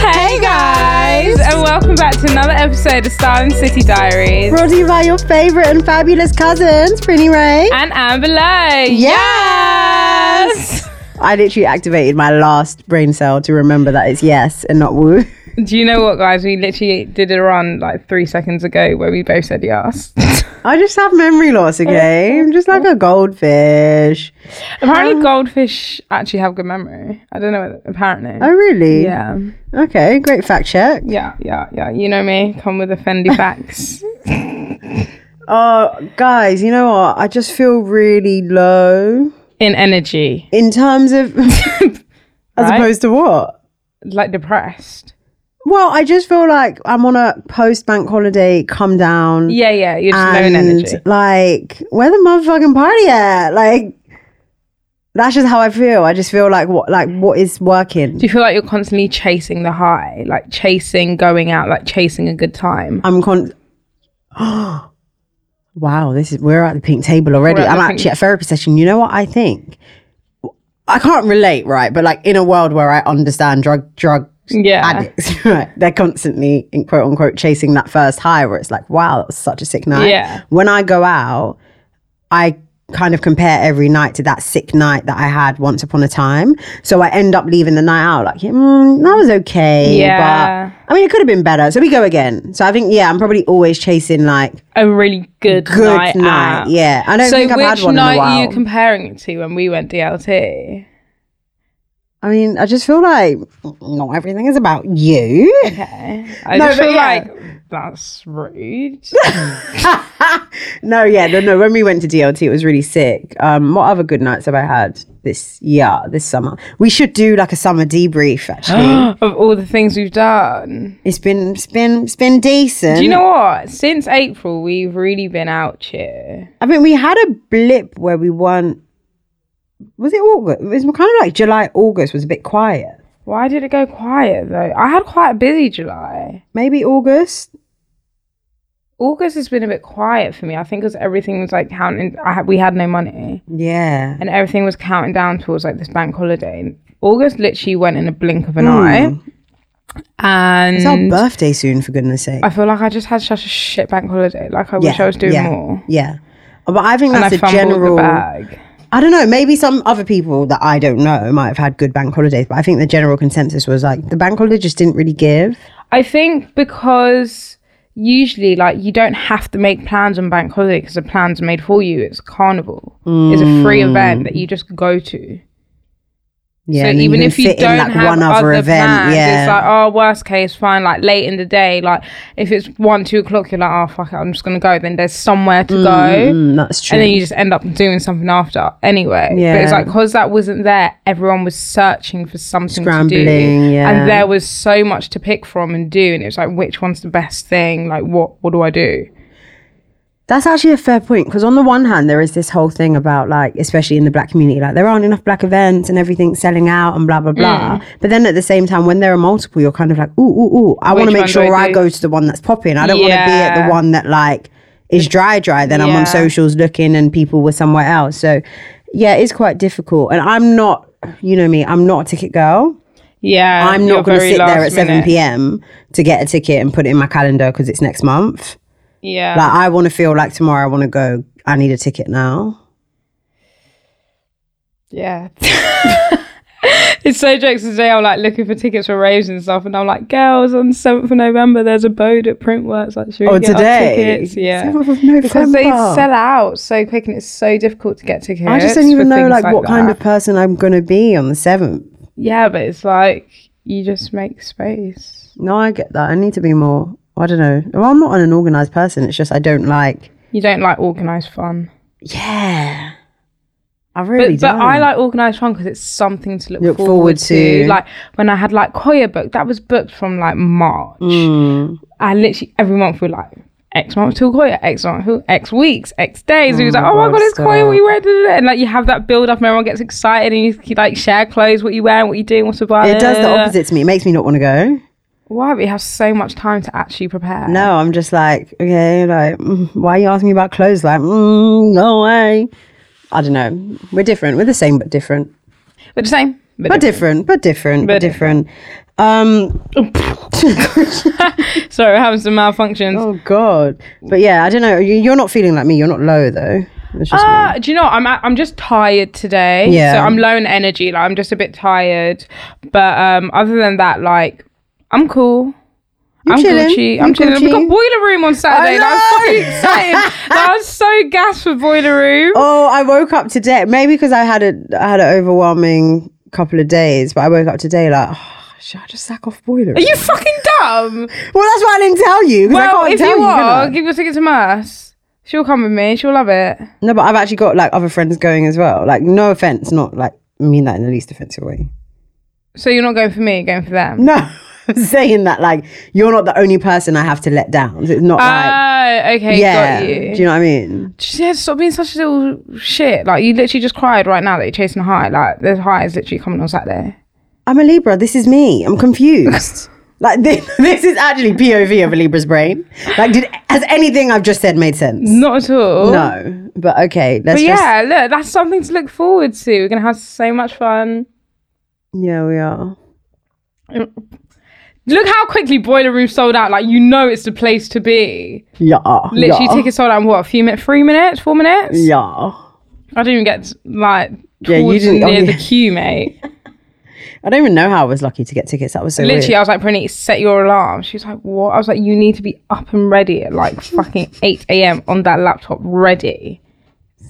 Hey guys, and welcome back to another episode of Starling City Diaries. Brought to you by your favorite and fabulous cousins, Prinny Ray. And Amber Lowe. Yes! I literally activated my last brain cell to remember that it's yes and not woo. Yes! Do you know what, guys? We literally did a run like three seconds ago where we both said yes. I just have memory loss, okay? I'm just like a goldfish. Um, apparently, goldfish actually have good memory. I don't know. whether- Apparently. Oh, really? Yeah, Okay, great fact check. yeah, yeah, yeah. You know me. Come with the Fendi facts. Oh, guys, you know what? I just feel really low In energy, in terms of. as Right. opposed to what? like depressed. Well, I just feel like I'm on a post bank holiday come down. Yeah, yeah. You're just low in and energy. like where the motherfucking party at like that's just how i feel i just feel like what like what is working Do you feel like you're constantly chasing the high, like chasing going out, like chasing a good time? i'm con wow this is we're at the pink table already We're at i'm the actually pink- at therapy session you know what i think i can't relate right but like in a world where i understand drug drug Yeah. addicts right they're constantly in quote unquote chasing that first high where it's like wow that was such a sick night Yeah. when i go out i kind of compare every night to that sick night that i had once upon a time so i end up leaving the night out like mm, that was okay Yeah. but i mean it could have been better so we go again so i think yeah i'm probably always chasing like a really good, good night, night, out. yeah i don't so think i've which had one night in a are while you comparing it to when we went DLT? i mean i just feel like not everything is about you Okay. I No, just but feel yeah. like that's rude. no, yeah, no, no. When we went to DLT, it was really sick. Um, what other good nights have I had this year, this summer? We should do like a summer debrief. Actually, of all the things we've done. it's been, it's been, it's been decent. Do you know what? Since April, we've really been out here. I mean, we had a blip where we weren't. Was it August? It was kind of like July, August was a bit quiet. Why did it go quiet though? I had quite a busy July. Maybe August. August has been a bit quiet for me. I think because everything was like counting. I had, we had no money. Yeah. and everything was counting down towards like this bank holiday. And August literally went in a blink of an eye, Hmm. It's our and birthday soon, for goodness sake. I feel like I just had such a shit bank holiday. Like I wish I was doing yeah, more, Yeah. But I think and I that's a fumbled general. the bag. I don't know. Maybe some other people that I don't know might have had good bank holidays, but I think the general consensus was like the bank holiday just didn't really give. I think because usually like you don't have to make plans on bank holiday because the plans are made for you. It's carnival. It's a free Hmm. event that you just go to. Yeah, so and then even can if you fit in, don't like, have other, plans, it's like yeah, oh, worst case, fine. Like late in the day, like if it's one, two o'clock, you're like, oh fuck, it, I'm just gonna go. Then there's somewhere to go, Mm, that's true. and then you just end up doing something after anyway. but it's Yeah. like because that wasn't there, everyone was searching for something to do, Scrambling, yeah. and there was so much to pick from and do, and it was like which one's the best thing? Like what what do I do? That's actually a fair point because on the one hand, there is this whole thing about like, especially in the black community, like there aren't enough black events and everything's selling out and blah blah Mm. blah. But then at the same time, when there are multiple, you're kind of like, ooh ooh ooh, I want Which one to make do sure I I do? go to the one that's popping. I don't want to be at Yeah. the one that like is dry dry. Then I'm Yeah. on socials looking and people were somewhere else. So yeah, it's quite difficult. And I'm not, you know me, I'm not a ticket girl. Yeah, I'm you're not going to very sit there at last 7 minute. p.m. to get a ticket and put it in my calendar because it's next month. Yeah, Like I want to feel like tomorrow I want to go. I need a ticket now. Yeah. it's so jokes today. I'm like looking for tickets for raves and stuff, and I'm like, girls, on seventh of November, there's a boat at Printworks. Like, should we Oh, get our today? tickets? Yeah, 7th of because they November. sell out so quick, and it's so difficult to get tickets. I just don't for even know things like, what kind that. of person I'm going to be on the seventh. Yeah, but it's like you just make space. No, I get that. I need to be more I don't know. Well, I'm not an organized person. It's just I don't like. You don't like organized fun, Yeah, I but, really but don't. I like organized fun because it's something to look, Look forward, forward to. to. Like when I had like Koya booked, that was booked from like March. Mm. I literally every month we're like X month till Koya, X month till X weeks, X days. we was like, oh my God, god, it's Koya. stop. What you wearing? Da, da, da. And like you have that build up, and everyone gets excited, and you you, like share clothes, what you wearing, what you doing, what's about. it does the opposite to me. It makes me not want to go. Why we have so much time to actually prepare? No, I'm just like, okay, like, mm, why are you asking me about clothes? Like, mm, no way. I don't know. We're different. We're the same, but different. but the same. But But different. But different. But But different. Um, different. sorry, we're having some malfunctions. oh God. But yeah, I don't know. You- You're not feeling like me. You're not low though. It's just me. Ah, do you know what? I'm a- I'm just tired today. Yeah. So I'm low in energy. Like I'm just a bit tired. But um, other than that, like I'm cool. I'm chilling. Gucci. You're I'm chilling. We Gucci. got Boiler Room on Saturday. Like, I'm know. so excited. like, I was so gassed for Boiler Room. Oh, I woke up today. Maybe because I had a I had an overwhelming couple of days, but I woke up today like, "Oh, should I just sack off boiler? Are you fucking dumb? well, that's why I didn't tell you. 'cause I well, can't if tell you can are, I? give your ticket to Mass. She'll come with me. She'll love it. No, but I've actually got like other friends going as well. Like, no offense, not like I mean that in the least offensive way. So you're not going for me, you're going for them. No, I'm saying that like you're not the only person I have to let down. It's not like Oh, okay, yeah. got you. Do you know what I mean? She said, stop being such a little shit. Like, you literally just cried right now that you're chasing a high. Like, the high is literally coming on Saturday. I'm a Libra. This is me. I'm confused. like this, this is actually POV of a Libra's brain. Like, did has anything I've just said made sense? Not at all. No, but okay. Let's But just, yeah, yeah, look, that's something to look forward to. We're going to have so much fun. we are. Look how quickly Boiler Room sold out. Like, you know it's the place to be. Yeah, Literally, yeah, tickets sold out in what, a few minutes, three minutes, four minutes? Yeah, I didn't even get, like, Yeah, you towards didn't- oh, near the yeah. queue, mate. I don't even know how I was lucky to get tickets. That was so Literally, weird. I was like, Brenny, set your alarm. She was like, what? I was like, you need to be up and ready at like fucking 8 a.m. on that laptop, ready.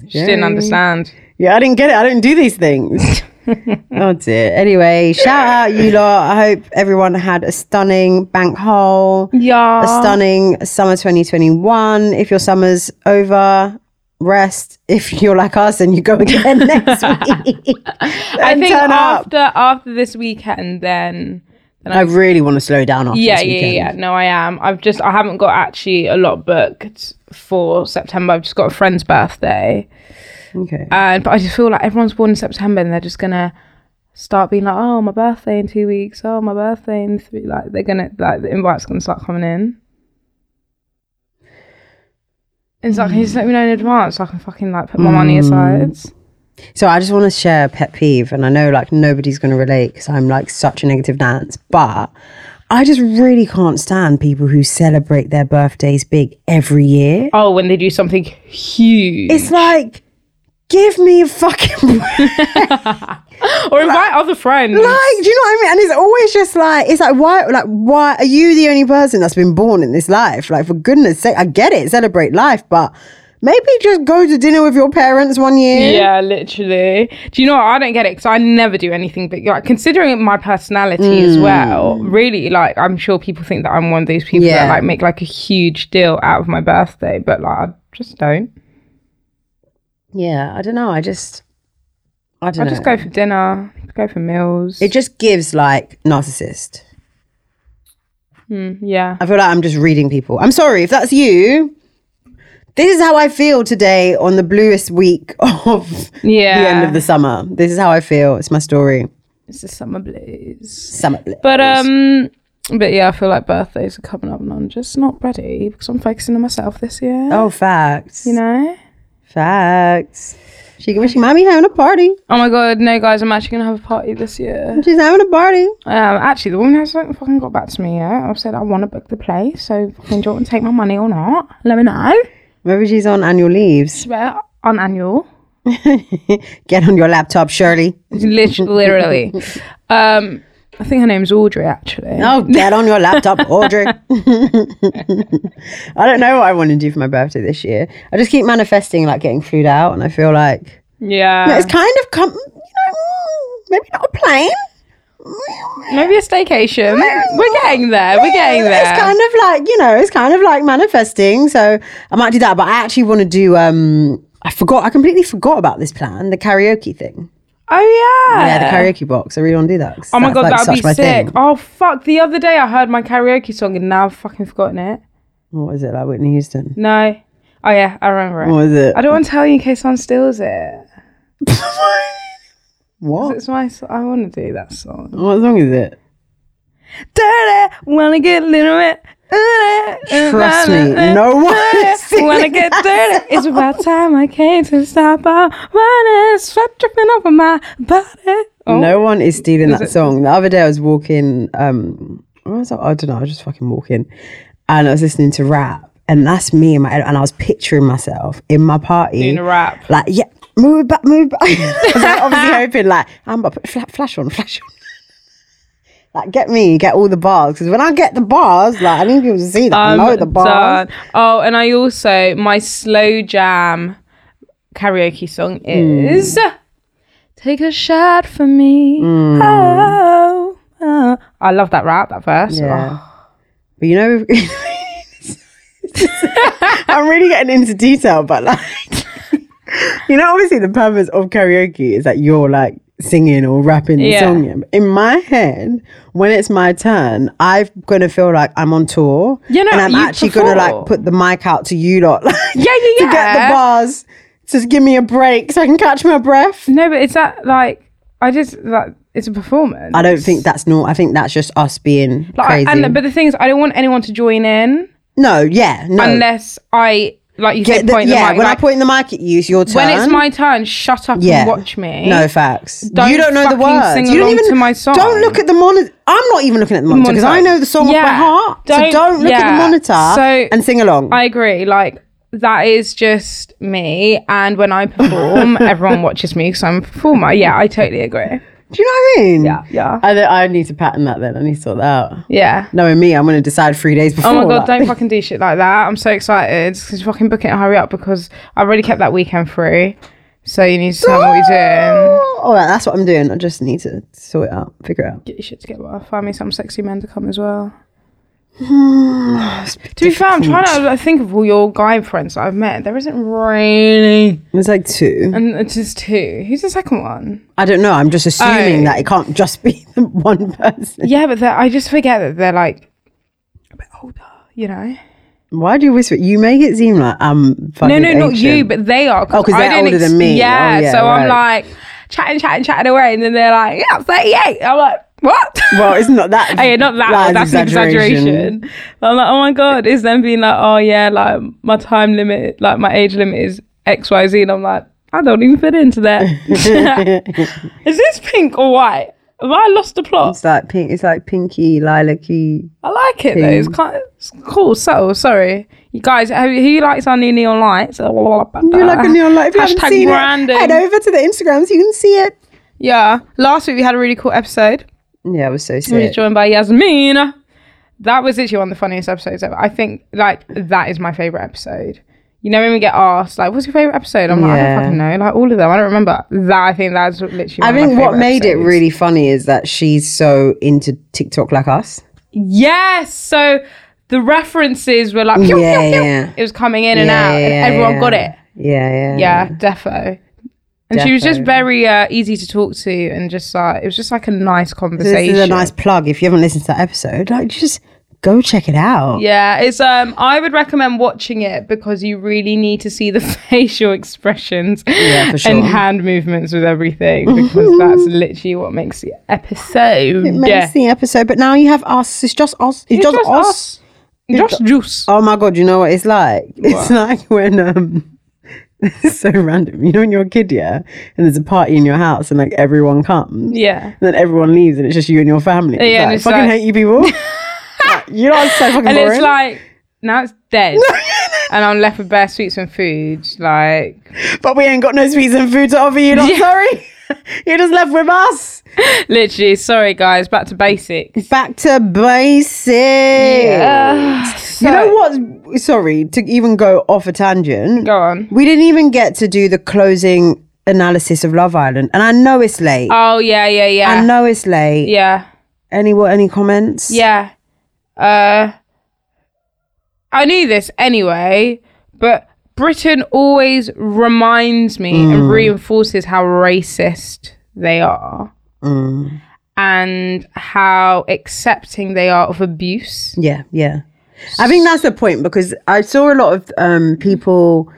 She didn't understand. Yeah, I didn't get it. I don't do these things. oh dear. Anyway, shout out you lot. I hope everyone had a stunning bank hole, Yeah. a stunning summer 2021. If your summer's over, rest. If you're like us and you go again next week, I then think turn up. after after this weekend, then I really want to slow down after yeah, this yeah, weekend. yeah. No, I am. I've just I haven't got actually a lot booked for September. I've just got a friend's birthday, Okay. and but I just feel like everyone's born in September, and they're just gonna start being like, oh, my birthday in two weeks. Oh, my birthday in three. Like they're gonna like the invites gonna start coming in. And It's like, can you just let me know in advance so I can fucking like put my money aside. So I just want to share a pet peeve, and I know like nobody's going to relate because I'm like such a negative dance, but I just really can't stand people who celebrate their birthdays big every year. Oh, when they do something huge. It's like, give me a fucking break. or invite other friends. Like, do you know what I mean? And it's always just like, it's like, why, like, why are you the only person that's been born in this life? Like, for goodness sake, I get it, celebrate life, but maybe just go to dinner with your parents one year. yeah, literally. Do you know what? I don't get it because I never do anything big. Like, considering my personality Mm. as well, really, like, I'm sure people think that I'm one of those people Yeah. that, like, make, like, a huge deal out of my birthday, but, like, I just don't. Yeah, I don't know. I just, I don't I know. just go for dinner, go for meals. It just gives like narcissist. Mm, yeah. I feel like I'm just reading people. I'm sorry if that's you. This is how I feel today on the bluest week of Yeah. the end of the summer. This is how I feel. It's my story. It's the summer blues. Summer. But, um,. But yeah, I feel like birthdays are coming up and I'm just not ready because I'm focusing on myself this year. oh, facts. You know? facts. She can. She might be having a party. Oh my god, no guys, I'm actually gonna have a party this year. She's having a party. Um, actually, the woman hasn't fucking got back to me yet. I've said I want to book the place, so fucking do you want to take my money or not? Let me know. Maybe she's on annual leaves. Swear on annual, Get on your laptop, Shirley. literally. literally. Um, I think her name's Audrey. Actually, Oh, get on your laptop, Audrey. I don't know what I want to do for my birthday this year. I just keep manifesting like getting flued out, and I feel like yeah. it's kind of come, you know, mm, maybe not a plane. Maybe a staycation. We're getting there. We're getting there. It's kind of like you know, it's kind of like manifesting. So I might do that, but I actually want to do. um I forgot. I completely forgot about this plan. The karaoke thing. oh yeah. Yeah, the karaoke box. I really want to do that. 'cause Oh my that's, god, like, that would such my be sick. thing. Oh fuck! The other day I heard my karaoke song and now I've fucking forgotten it. What is it like, Whitney Houston? No. Oh yeah, I remember it. What is it? I don't want to tell you in case someone steals it. What? It's my. So- I want to do that song. What song is it? Dirty, wanna get a little bit. dirty. Trust me, no one is singing Wanna get dirty? It's about time I came to stop all running, sweat dripping over my body. Oh, No one is stealing that song. The other day I was walking, um, where was I? I don't know, I was just fucking walking and I was listening to rap and that's me in my head and I was picturing myself in my party. Doing a rap. Like, yeah, move back, move back. I was like, obviously hoping like, I'm about to put fla- flash on, flash on. like get me, get all the bars. Because when I get the bars, like I need people to see that I know I'm the bars. Um, done. Oh, and I also my slow jam karaoke song Hmm. is "Take a Shot for Me." Hmm. Oh, oh. I love that rap, that verse. Yeah. Oh. But you know, I'm really getting into detail, but like, you know, obviously the purpose of karaoke is that you're like singing or rapping the Yeah. song. yeah. But In my head, when it's my turn, I'm gonna feel like I'm on tour. Yeah, no, and I'm you actually gonna perform. like put the mic out to you lot, like, Yeah, yeah, to get yeah. the bars. To give me a break so I can catch my breath. No, but it's that like I just like it's a performance. I don't think that's normal. I think that's just us being Like, I- crazy. and but the thing is, I don't want anyone to join in no, yeah, no. unless I like you Yeah, said the- point the yeah, mic, when like, I point the mic at you, it's your turn. when it's my turn, shut up and watch me. No facts. Don't you don't know the fucking words. sing you don't along even to my song. Don't look at the monitor. I'm not even looking at the monitor because I Monitor. know the song off by Yeah. heart. so Don't- don't look at the yeah. monitor So- and sing along. I agree. Like that is just me, and when I perform, everyone watches me because I'm a performer. Yeah, I totally agree. Do you know what I mean? Yeah, yeah, I, I need to pattern that then. I need to sort that out. yeah. Knowing me, I'm going to decide three days before. Oh my god! like- Don't fucking do shit like that. I'm so excited. Just fucking book it and hurry up because I already kept that weekend free. So you need to tell me what you're doing. Oh, all right, that's what I'm doing. I just need to sort it out, figure it out. Get your shit together. Find me some sexy men to come as well. to be fair, I'm trying to like, think of all your guy friends that I've met. There isn't really, There's like two. and it's just two. Who's the second one? I don't know. I'm just assuming Oh. that it can't just be the one person. Yeah, but they're- I just forget that they're like a bit older, you know. Why do you whisper? You make it seem like I'm No, fucking no, not you, ancient. but they are. Oh, 'cause I they're don't older than me. Oh, Yeah, yeah, so I'm right. like chatting, chatting, chatting away, and then they're like, "Yeah, I'm 38." I'm like, "What?" Well, it's not that. Hey, not that. that is that's an exaggeration. I'm like, "Oh my god!" Is them being like, "Oh yeah, like my time limit, like my age limit is X, Y, Z," and I'm like, "I don't even fit into that." is this pink or white? Have I lost the plot? It's like pink. It's like pinky, lilac-y. I like it though. It's kind it's cool, subtle. Sorry, you guys. Who, who likes our new neon lights? You You like a neon light. If you haven't Hashtag seen branding. it, head over to the Instagram so you can see it. Yeah. Last week we had a really cool episode. Yeah, it was so We were sick. joined by Yasmin. That was literally one of the funniest episodes ever. I think like that is my favorite episode. You know when we get asked like, "What's your favorite episode?" I'm like, "I Yeah. don't fucking know." Like all of them, I don't remember. That I think that's literally. I one of my think what favourite made it episodes. really funny is that she's so into TikTok like us. Yes. So the references were like, pew, Yeah, pew, pew. yeah. it was coming in and Yeah, out, and yeah, everyone yeah. got it. Yeah, yeah. yeah, defo. And she was just Defo. very uh, easy to talk to, and just like it was just like a nice So This conversation. is a nice plug. If you haven't listened to that episode, like just go check it out. yeah, it's um. I would recommend watching it because you really need to see the facial expressions for sure. and hand movements with everything because that's literally what makes the episode. It makes the episode, but now you have us. It's just us. It's, just, us. Just juice. Oh my god, you know what it's like? It's like when um this is so random. You know when you're a kid, yeah, and there's a party in your house and like everyone comes. Yeah. And then everyone leaves and it's just you and your family. It's Yeah, and like, it's fucking like- hate you people. Like, you know it's so fucking and boring. it's like now it's dead, and I'm left with bare sweets and food. Like but we ain't got no sweets and food to offer you, not sorry. You're just left with us. literally, sorry guys, back to basics. Back to basics. So- You know what? Sorry to even go off a tangent. Go on. We didn't even get to do the closing analysis of Love Island, and I know it's late. Oh yeah, yeah, yeah, I know it's late. yeah, Any what? Any comments? yeah. Uh, I knew this anyway, but Britain always reminds me and reinforces how racist they are Mm. and how accepting they are of abuse. Yeah, yeah. I think that's the point because I saw a lot of um, people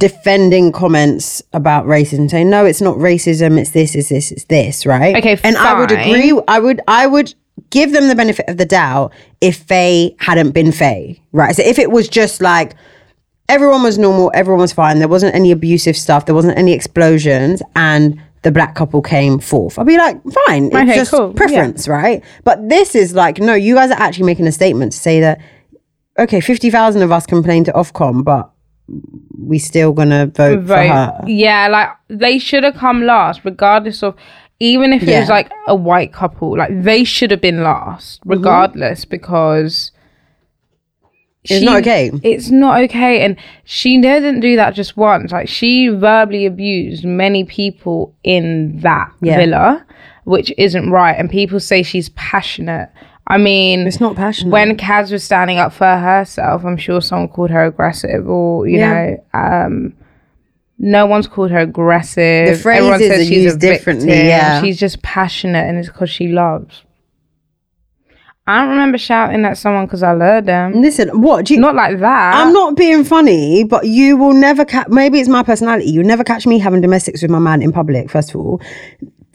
defending comments about racism, saying no, it's not racism, it's this, it's this, it's this, right? Okay, and I would fine. agree. I would, I would give them the benefit of the doubt if Faye hadn't been Faye, right? So if it was just like everyone was normal, everyone was fine, there wasn't any abusive stuff, there wasn't any explosions, and the black couple came forth. I'd be like, fine, it's Okay, just cool, yeah. preference, right? But this is like, no, you guys are actually making a statement to say that okay, 50,000 of us complained to Ofcom, but we still gonna vote, for her. Yeah, like they should have come last, regardless of even if it was Yeah. Mm-hmm. like a white couple, like they should have been last, regardless, because It's not okay. It's not okay. And she didn't do that just once. Like she verbally abused many people in that villa, which isn't right. And people say she's passionate. I mean, It's not passionate. when Kaz was standing up for herself, I'm sure someone called her aggressive, or you Yeah. know, um, no one's called her aggressive. The Everyone phrases says are she's a used differently, victim. yeah. she's just passionate, and it's because she loves. I don't remember shouting at someone because I love them. Listen, what do you? Not like that. Mm. I'm not being funny, but you will never catch. Maybe it's my personality. You'll never catch me having domestics with my man in public. First of all,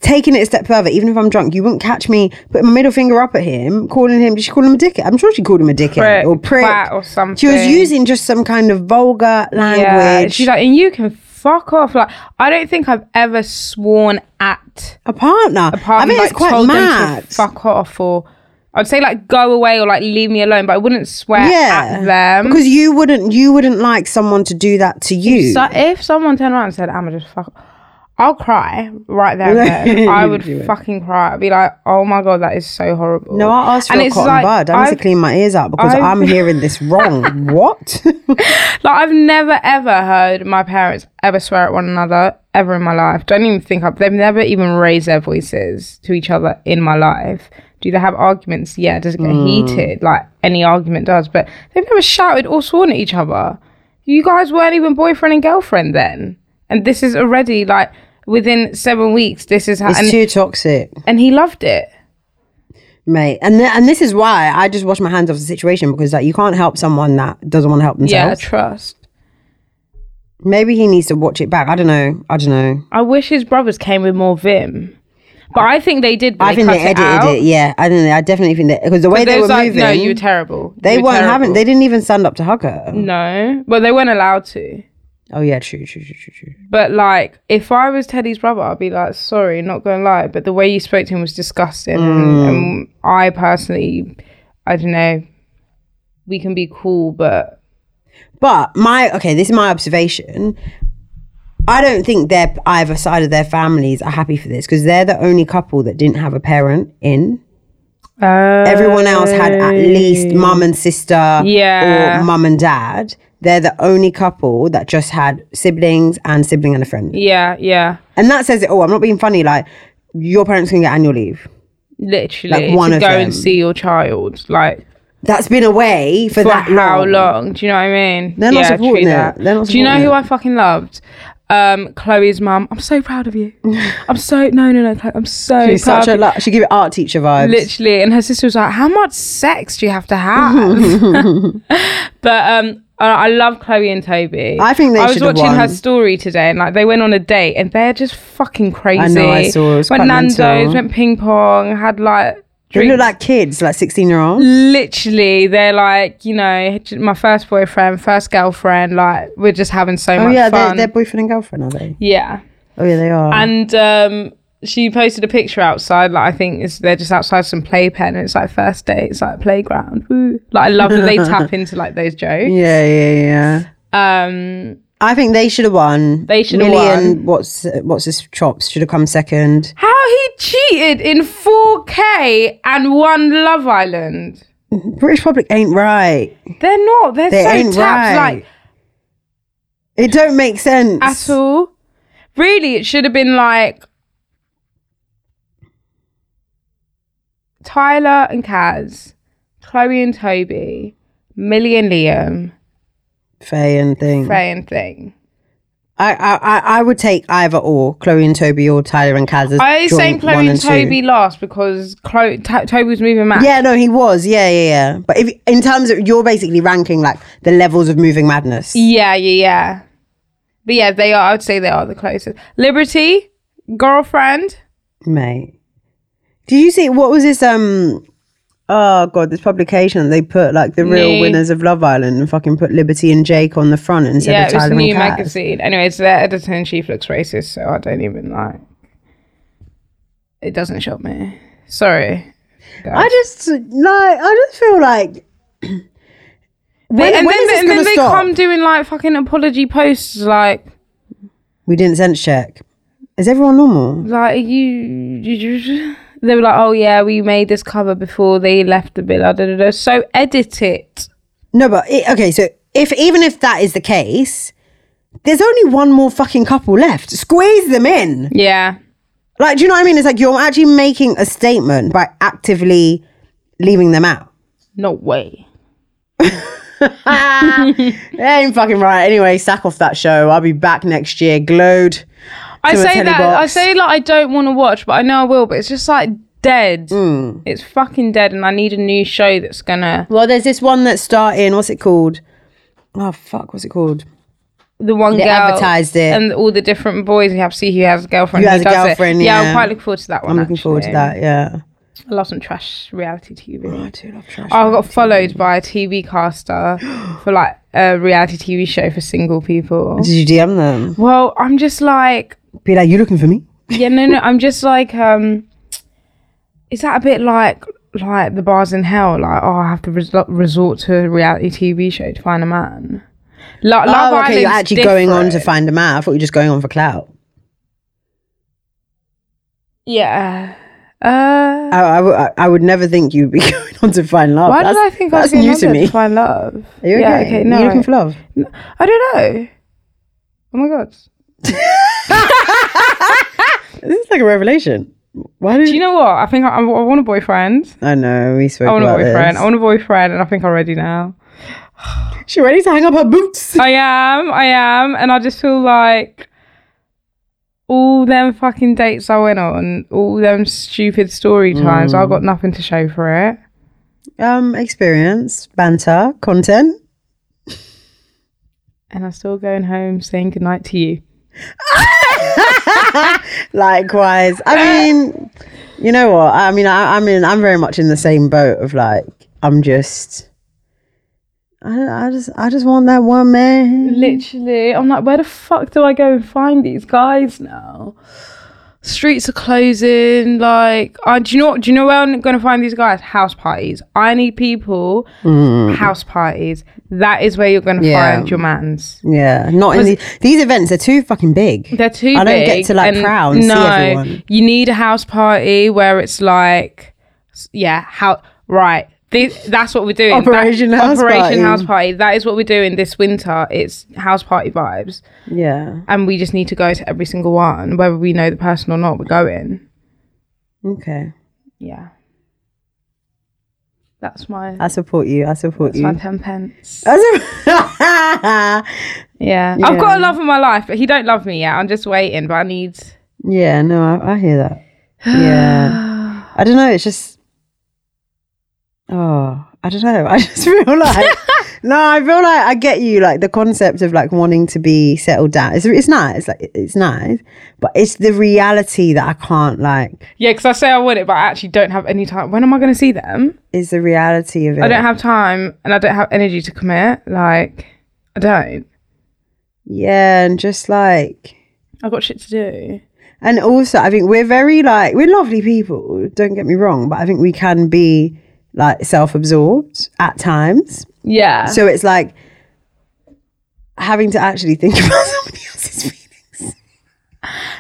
taking it a step further, even if I'm drunk, you wouldn't catch me putting my middle finger up at him, calling him. Did she call him a dickhead? I'm sure she called him a dickhead Prick, or prick twat or She was something. using just some kind of vulgar language. Yeah, she's like, and you can fuck off. Like, I don't think I've ever sworn at a partner. apart I think and, like, it's quite told them to mad. fuck off or I'd say like go away or like leave me alone, but I wouldn't swear at them. because you wouldn't you wouldn't like someone to do that to you. so if someone turned around and said, I'ma just fuck I'll cry right there and then. I would fucking cry. I'd be like, oh my god, that is so horrible. no, I asked for And a it's cotton like, bud. I need to I've, clean my ears out because I've- i am hearing this wrong. what? like I've never ever heard my parents ever swear at one another ever in my life. Don't even think I've they've never even raised their voices to each other in my life. Do they have arguments? Yeah, does it get Hmm. heated like any argument does, but they've never shouted or sworn at each other. You guys weren't even boyfriend and girlfriend then. And this is already like within seven weeks, this is how it's and, too toxic, and he loved it. mate. And th- and this is why I just wash my hands off the situation because like you can't help someone that doesn't want to help Yeah, themselves. trust. Maybe he needs to watch it back. I don't know. I don't know. I wish his brothers came with more vim. But I think they did. But I think cut they edited it, out. it. Yeah, I don't know. I definitely think that because the way they Those were like, moving, No, you were terrible. they You were weren't having. terrible." They didn't even stand up to hug her. No, well, they weren't allowed to. Oh yeah, true, true, true, true, true. But like, if I was Teddy's brother, I'd be like, sorry, not gonna lie, but the way you spoke to him was disgusting. Mm. And, and I personally, I don't know. We can be cool, but But my okay, this is my observation. I don't think they're either side of their families are happy for this because they're the only couple that didn't have a parent in. Everyone else had at least mum and sister Yeah. or mum and dad. They're the only couple that just had siblings and sibling and a friend. yeah, yeah, And that says it all. I'm not being funny. Like, your parents can get annual leave. literally. Like one to of go them. and see your child, like That's been away for, for that how long? Do you know what I mean? They're not true supporting it. that. They're not Do you know supporting who it. I fucking loved? Um, Chloe's mum. I'm so proud of you. I'm so no no no. Chloe, I'm so She's proud. such a of you. lot. She give it art teacher vibes. Literally, and her sister was like, "How much sex do you have to have?" but um, I I love Chloe and Toby. I think they I was should have watching her won. story today, and like they went on a date, and they're just fucking crazy. I saw, it was went quite Nando's, mental. went ping pong, had like They drinks look like kids, like 16 year olds. literally they're like you know j- my first boyfriend first girlfriend like we're just having so Oh much yeah, they're, fun they're boyfriend and girlfriend, are they? yeah Oh yeah, they are. and um she posted a picture outside like i think it's they're just outside some playpen and it's like first date it's like playground Woo. like i love that they tap into like those jokes yeah, yeah, yeah. um I think they should have won. They should have Millie and what's what's his chops should have come second. how he cheated in 4k and won love island British public ain't right. they're not they're They so ain't tapped right like It don't make sense. at all really, it should have been like Tyler and Kaz, Chloe and Toby, Millie and Liam, Faye and thing. Faye and Thing. I, I I- I would take either or Chloe and Toby or Tyler and Kaz. as I was joint saying one Chloe and two. Toby last because Chloe, T- Toby was moving mad. Yeah, no, he was. Yeah, yeah, yeah. But if in terms of you're basically ranking like the levels of moving madness. Yeah, yeah, yeah. But yeah, they are. I would say they are the closest. Liberty, girlfriend. Mate. Did you see what was this um oh god, this publication they put like the real Nee. winners of Love Island and fucking put Liberty and Jake on the front instead yeah, of it was Tyler a and new Kaz. magazine. Anyways, their editor in chief looks racist, so I don't even like. It doesn't shock me. Sorry. I just like I just feel like when, and when then, is this and then gonna they stop? come doing like fucking apology posts, like we didn't sense check. Is everyone normal? like you. you- you- They were like, oh yeah, we made this cover before they left the villa. Da, da, da. So edit it. No, but it, okay, so if even if that is the case, there's only one more fucking couple left. Squeeze them in. Yeah. Like, do you know what I mean? It's like you're actually making a statement by actively leaving them out. No way. That ain't fucking right. Anyway, sack off that show. I'll be back next year, glowed. I to a say that I telebox. say like I don't want to watch, but I know I will. But it's just like dead. Mm. It's fucking dead, and I need a new show that's gonna Well, there's this one that's starting. What's it called? Oh fuck, what's it called? the one They girl advertised it. and all the different boys we have. See who has a girlfriend. Who who has a does it. girlfriend, Yeah, I'm yeah. quite looking forward to that one. I'm looking forward to actually. that. Yeah. I love some trash reality TV. I do love trash I got followed by a TV caster for like a reality TV show for single people. Did you DM them? Well, I'm just like Be like, you looking for me? Yeah, no, no. I'm just like, um, is that a bit like like the bars in hell? Like, oh, I have to resor- resort to a reality TV show to find a man. Like, Love oh, okay. You're Island's actually going on to different. find them out. I thought you were just going on for clout. yeah. Uh, I, I, would- I- I would never think you'd be going on to find love. why did Oh, That's- I think I was that's going new on to there me? to find love? Are you Yeah, okay? okay, no, you looking right. for love? I don't know. Oh my god. This is like a revelation. Why did Do you know what? I think I, I want a boyfriend. I know we spoke I want a about boyfriend. I this. want a boyfriend, and I think I'm ready now. She ready to hang up her boots. I am, I am, and I just feel like all them fucking dates I went on, all them stupid story times, Mm. I got nothing to show for it. Um, experience, banter, content. And I'm still going home saying goodnight to you. Likewise. I mean, you know what? I mean, I, I mean, I'm very much in the same boat of like, I'm just, I, I just, I just want that one man. Literally, I'm like, where the fuck do I go and find these guys now? Streets are closing. Like, I do you know? Do you know where I'm gonna find these guys? House parties. I need people. House parties. That is where you're gonna Mm. Yeah. find your man's. Yeah, not in the, these events are too fucking big. They're too I don't big. get to, like, and prowl and see everyone. You need a house party where it's like, s- yeah, how right. This, that's what we're doing. Operation That- House Operation Party. House Party. That is what we're doing this winter. It's house party vibes, Yeah. and we just need to go to every single one, whether we know the person or not. We're going. Okay. Yeah, that's my I that's, support you. I support you. Uh, my ten pence. I su- Yeah. I've got a love of my life, but he don't love me yet. I'm just waiting, but I need. yeah. No, I, I hear that. Yeah. I don't know. It's just. Oh, I don't know. I just feel like. no, I feel like I get you. Like the concept of like wanting to be settled down. It's it's nice. Like it's nice, but it's the reality that I can't like. Yeah, because I say I want it, but I actually don't have any time. When am I going to see them? Is the reality of it? I don't have time and I don't have energy to commit. Like, I don't. yeah, and just like. I've got shit to do. And also, I think we're very like we're lovely people. Don't get me wrong, but I think we can be like self-absorbed at times. Yeah. So it's like having to actually think about somebody else's feelings,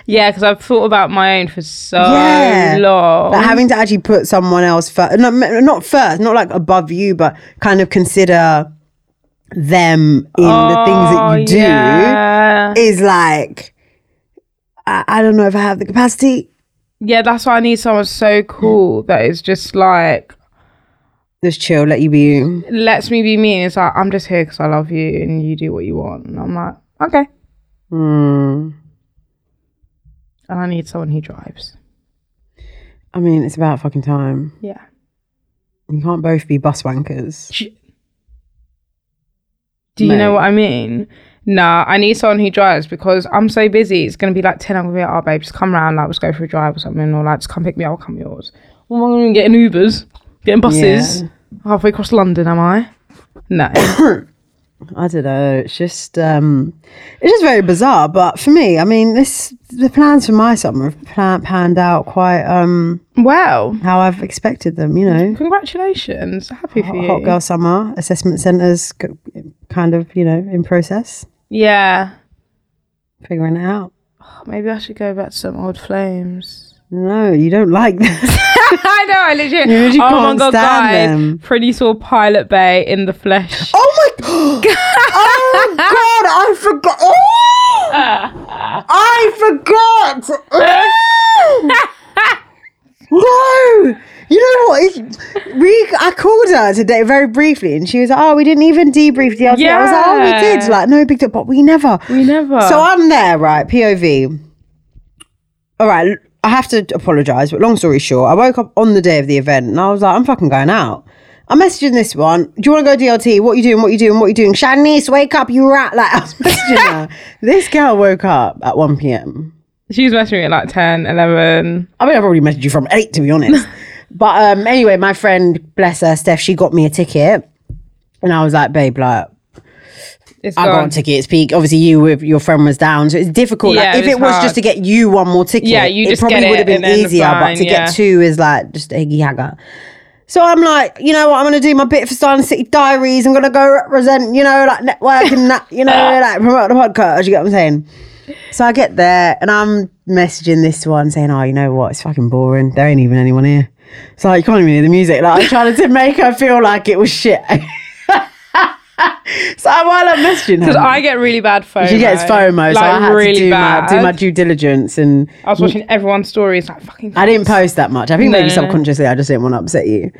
yeah, because I've thought about my own for so Yeah. long. but having to actually put someone else first. Not, not first, not like above you, but kind of consider Oh, them in the things that you do yeah. is like. I, I don't know if I have the capacity. Yeah, that's why I need someone so cool that is just like Just chill, let you be you. lets me be me. And it's like I'm just here because I love you, and you do what you want. And I'm like, okay. Hmm. And I need someone who drives. I mean, it's about fucking time. Yeah. You can't both be bus wankers. Do you know Mate. what I mean? Nah, I need someone who drives because I'm so busy. It's gonna be like ten. I'm gonna be like, oh babe, just come round. Like, let's go for a drive or something, or like, just come pick me up. I'll come yours. Well, I'm gonna be getting Ubers, getting buses Yeah. halfway across London. Am I? No. I don't know. It's just um, it's just very bizarre. But for me, I mean, this the plans for my summer have plan, panned out quite um well, how I've expected them. You know, congratulations. Happy for hot, you. hot girl summer assessment centers, kind of you know in process, Yeah. figuring it out. Maybe I should go back to some old flames. No, you don't like this. I know, I literally. You literally oh can't my god, stand guys. them. Pretty saw Pilot Bay in the flesh. oh my god! Oh god! I forgot. Oh, I forgot. No, you know what? It- We I called her today very briefly, and she was like, "Oh, we didn't even debrief the other I was like, "Oh, we did." Yeah. Like, no big deal, but we never. we never. So I'm there, right? POV. All right, l- I have to apologize, but long story short, I woke up on the day of the event, and I was like, "I'm fucking going out." I'm messaging this one. Do you want to go DLT? What you doing? What you doing? What you doing? Shanice, wake up, you rat! Like I was messaging her. this girl woke up at 1 p.m. she was messaging me at like 10, 11. I mean, I've already messaged you from eight, to be honest. but um, anyway, my friend, bless her, Steph, she got me a ticket, and I was like, babe, like. It's I gone. got tickets. Peak. Obviously, you with your friend was down, so it's difficult. Yeah, it like, if was it was hard. just to get you one more ticket, Yeah, you it just probably get would have it been and then easier. but fine, to yeah. get two is like just higgy hagger. So I'm like, you know what? I'm gonna do my bit for Starling City Diaries. I'm gonna go represent, you know, like network and that, you know, like promote the podcast. You get what I'm saying? So I get there and I'm messaging this one saying, "Oh, you know what? It's fucking boring. There ain't even anyone here. It's like you can't even hear the music. Like I'm trying to make her feel like it was shit." so while I'm messaging her, Because I get really bad FOMO. she gets Like, FOMO, so I had really to do my, bad. do my due diligence, and I was watching everyone's stories, like, fucking. I didn't post that much. I think No, maybe no, no. subconsciously I just didn't want to upset you.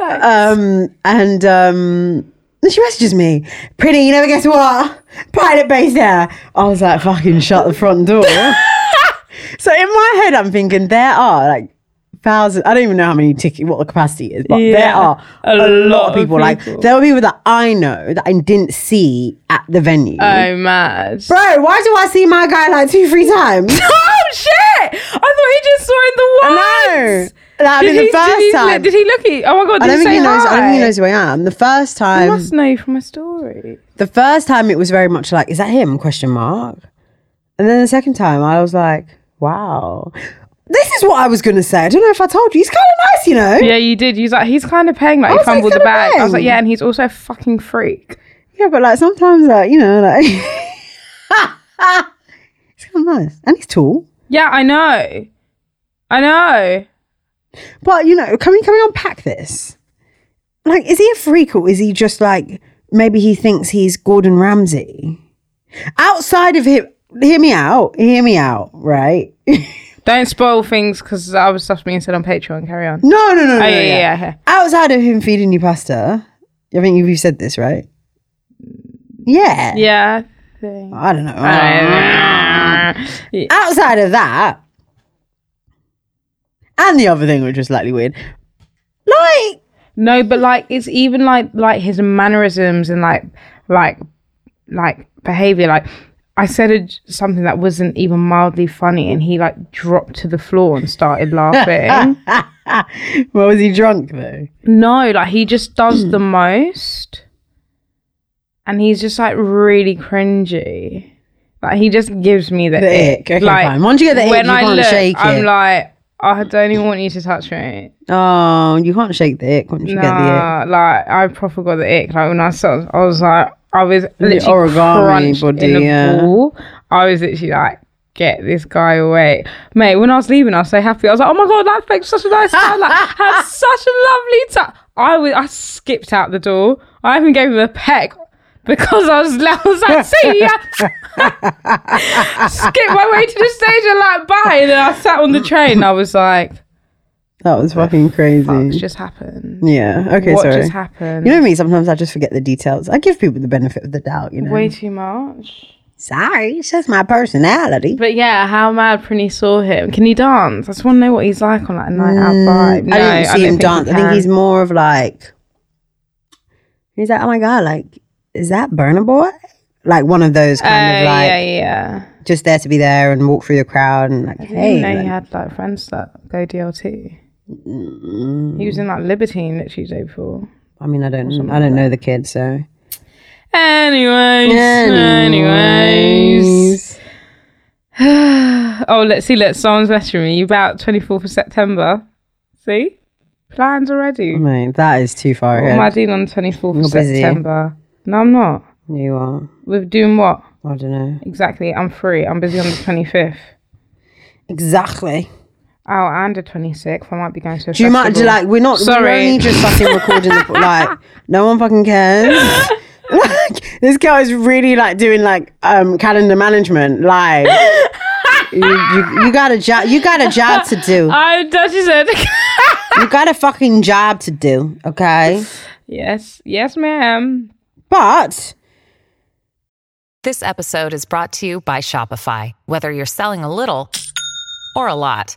um, and um, then she messages me, "Pretty, you never guess what? Pilot base there." I was like, "Fucking shut the front door." so in my head, I'm thinking there are like. Thousand, I don't even know how many ticket, what the capacity is, but there Yeah, are a, lot, of people. Like people. there were people that I know that I didn't see at the venue. Oh, mad. Bro, why do I see my guy like two, three times? oh, shit! I thought he just saw in the world. I know. That would Did be the he- did he, first look- time. Did he look at you? Oh my god, did I don't he think say he knows. hi? I don't think he knows who I am. The first You time, must know from my story. the first time it was very much like, "Is that him?" Question mark. And then the second time, I was like, "Wow, this is what I was gonna say." I don't know if I told you. He's kind of nice, you know. Yeah, you did. You was like, he's kind of paying. Like, he was like, fumbled the Oh, kinda bag. I was like, paying. yeah, and he's also a fucking freak. Yeah, but like sometimes, like you know, like he's kind of nice and he's tall. Yeah, I know. I know. But you know, can we can we unpack this? Like, is he a freak or is he just like maybe he thinks he's Gordon Ramsay? Outside of him, hear me out, hear me out, right? no, Don't spoil things because that was stuff being said on Patreon. Carry on. no, no, no. oh, no. yeah, yeah, yeah. Outside of him feeding you pasta, I think you've said this, right? Yeah. Yeah. I think. I don't know. Yeah. Outside of that, and the other thing which was slightly weird, like No, but like it's even like like his mannerisms and like like like behavior. Like I said a, something that wasn't even mildly funny, and he like dropped to the floor and started laughing. well, was he drunk though? no, like he just does Hmm. the most, and he's just like really cringy. Like he just gives me the, The ick. Okay, fine. Once you get the ick, when you I can't look, shake I'm it. like, "Oh, I don't even want you to touch me. Oh, you can't shake the ick once you get the ick. Nah, like I proper got the ick. Like when I saw, I was like, I was literally origami crunched body, in a yeah. ball. I was literally like, get this guy away, mate. When I was leaving, I was so happy. I was like, oh my god, that makes such a nice time. Like, had such a lovely time. I was, I skipped out the door. I even gave him a peck. because I was, I was like, see ya. Skip my way to the stage and like, bye. And then I sat on the train. I was like, That was fucking crazy. what's just happened? yeah. Mm. Okay. what sorry. just happened? You know me. Sometimes I just forget the details. I give people the benefit of the doubt. You know. Way too much. Sorry, it's just my personality. But yeah, how mad Prinny saw him. Can he dance? I just want to know what he's like on like a night out vibe. Mm, I didn't see him think he dance. I think can. he's more of like, he's like, oh my god, like, is that Burner Boy? Like one of those Oh, kind of like yeah, yeah. just there to be there and walk through the crowd and like, I hey, didn't know like, he had like friends that go DLT. He was in like Libertine literally day before. mm, I mean, I Mm, don't, I don't know the kid, so. Anyways, anyways. Oh, let's see. Let's someone's messaging me about twenty fourth of September. See, plans already. Mate, that is too far What am I ahead. doing on twenty fourth Oh You're of busy. September? No, I'm not. You are. We're doing what I don't know. exactly? I'm free. I'm busy on the twenty fifth. Exactly. Oh, and the twenty sixth. I might be going to. A Do you mind? do you festival. like we're not? Sorry. We're only just fucking recording the like. No one fucking cares. like this girl is really like doing like um calendar management. Like you, you, you got a job. You got a job to do. I that's just said. You got a fucking job to do. Okay, yes, yes, ma'am. but This episode is brought to you by Shopify. Whether you're selling a little or a lot,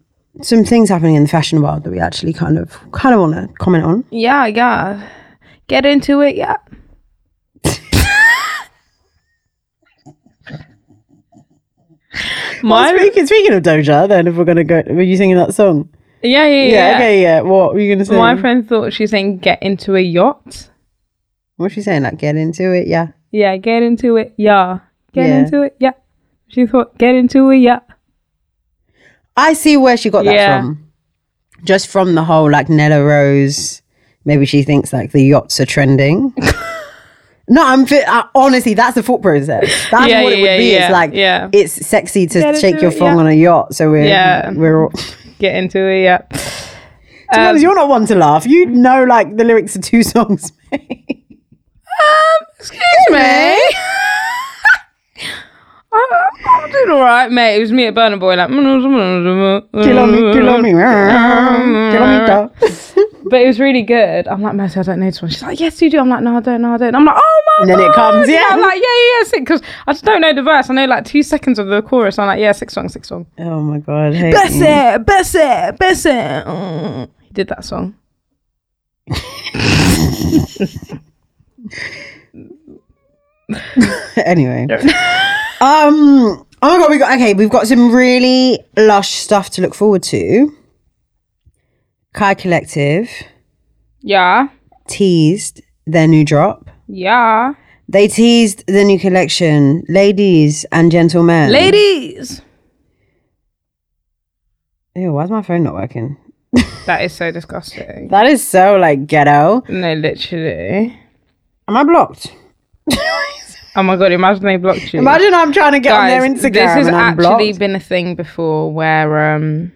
some things happening in the fashion world that we actually kind of kind of want to comment on. Yeah, yeah. Get into it, yeah. Well, Mine, speaking, speaking of Doja, then if we're gonna go, were you singing that song? yeah, yeah, yeah. Yeah. Okay. Yeah. What were you gonna say? My friend thought she was saying get into a yacht. What's she saying? Like, get into it, yeah. Yeah, get into it, yeah. Get Yeah. into it, yeah. She thought get into it, yeah. I see where she got that Yeah. from. Just from the whole like Nella Rose, maybe she thinks like the yachts are trending. no, I'm fi- I, honestly, that's the thought process. That's Yeah, what it yeah, would yeah, be. yeah, It's like yeah. it's sexy to Get shake into your it, thong yeah. on a yacht. So we're Yeah. we're. All- Get into it, yeah. To Um, be honest, you're not one to laugh. You know, like the lyrics of two songs. Excuse me. I'm, I'm doing all right, mate. It was me at Burner Boy, like, "Mm, Kill on me, kill on me, Mm. kill on me, girl. but it was really good. I'm like, Mercy, I don't know this one. She's like, yes, you do. I'm like, no, I don't, no, I don't. I'm like, oh my And then it God. comes, yeah. I'm like, yeah, yeah, yeah, sick. Because I just don't know the verse. I know like two seconds of the chorus. I'm like, yeah, six song, six song. Oh my god! Hey, Best it, best it, best it. Mm. He did that song. anyway. um. Oh my god, we got okay. We've got some really lush stuff to look forward to. Kai Collective Yeah, teased their new drop. yeah. They teased the new collection, ladies and gentlemen. Ladies. Ew, why's my phone not working? That is so disgusting. That is so like ghetto. no, literally. Am I blocked? Oh my god, imagine they blocked you. Imagine I'm trying to get on Guys, their Instagram this has and I'm actually blocked. been a thing before where um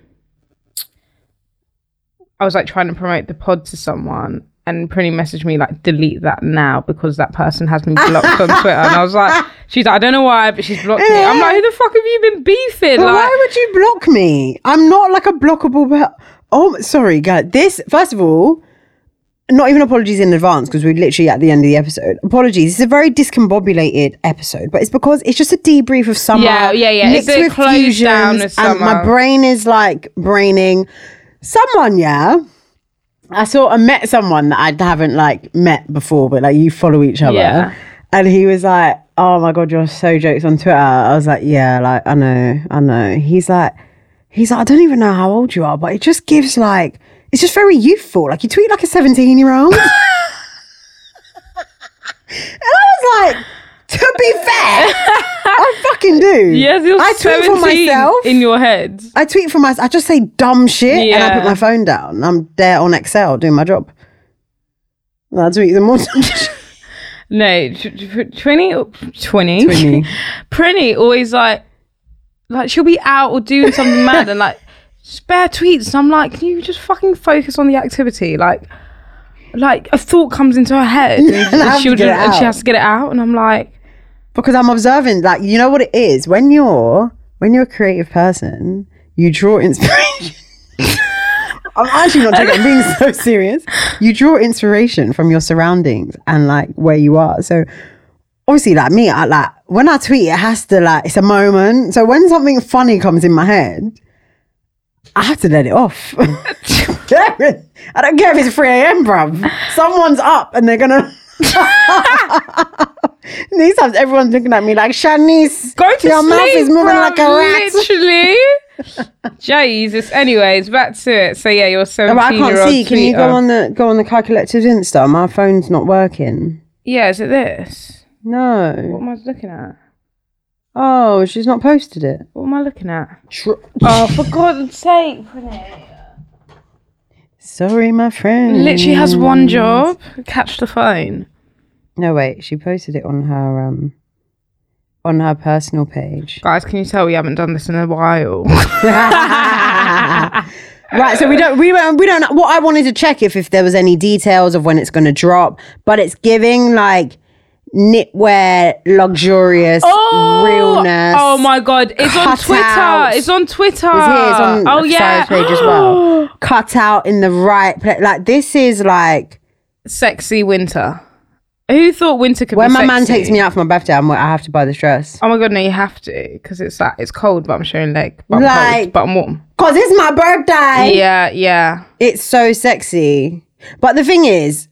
I was like trying to promote the pod to someone and Prinny messaged me like delete that now because that person has me blocked on Twitter and I was like she's like I don't know why but she's blocked me I'm like who the fuck have you been beefing But like why would you block me? I'm not like a blockable. Per- oh, sorry, guys. This first of all, not even apologies in advance because we're literally at the end of the episode. Apologies. It's a very discombobulated episode, but it's because it's just a debrief of summer. Yeah, yeah, yeah. mixed It's a with close down fusions, of and my summer. brain is like braining someone. Yeah. I saw I met someone that I haven't like met before, but like you follow each other. Yeah. And he was like, Oh my god, you're so jokes on Twitter. I was like, Yeah, like I know, I know. He's like he's like, I don't even know how old you are, but it just gives like it's just very youthful. Like you tweet like a 17 year old. and I was like, to be fair, I fucking do. Yes, you're I tweet for 17 myself. in your head. I tweet for myself. I just say dumb shit and I Yeah. put my phone down. I'm there on Excel doing my job. And I tweet them more. dumb shit. No, tw- tw- 20, 20. Twinny. Prinny always like, like she'll be out or doing something mad and like spare tweets. And I'm like, can you just fucking focus on the activity? Like, like a thought comes into her head and, And I have to she'll get it just, and she out. has to get it out. And I'm like, because I'm observing like you know what it is when you're when you're a creative person you draw inspiration I'm actually not taking it being so serious you draw inspiration from your surroundings and like where you are so obviously like me I like when I tweet it has to like it's a moment so when something funny comes in my head I have to let it off I don't care if it's 3am bruv someone's up and they're gonna and These times everyone's looking at me like Shanice. go to your sleep. mouth is moving bruv, like a rat. Literally. Jesus. Anyways, back to it. So yeah, you're 17 Oh, But I year can't old see. Can you tweeter. go on the go on the calculative Insta? My phone's not working. Yeah, is it this? What No. am I looking at? Oh, she's not posted it. What am I looking at? Shru- Oh, for God's sake, Prinny. Sorry, my friend. Literally has Mm. one job. Catch the phone. No, wait. She posted it on her um on her personal page. Guys, can you tell we haven't done this in a while? Right, so we don't we don't we don't what I wanted to check if if there was any details of when it's going to drop, but it's giving like knitwear luxurious realness. Oh my god. It's on Cut Twitter. out. It's on Twitter. It's here, it's on oh the yeah. Sarah's page as well. Cut out in the right place. Like this is like Sexy winter. Who thought winter could when be my man sexy? takes me out for my birthday, I'm like, I have to buy this dress. Oh my god, no, you have to, because it's like it's cold, but I'm showing leg, but I'm Like- cold, but I'm warm. Cause it's my birthday. Yeah, yeah. It's so sexy. But the thing is,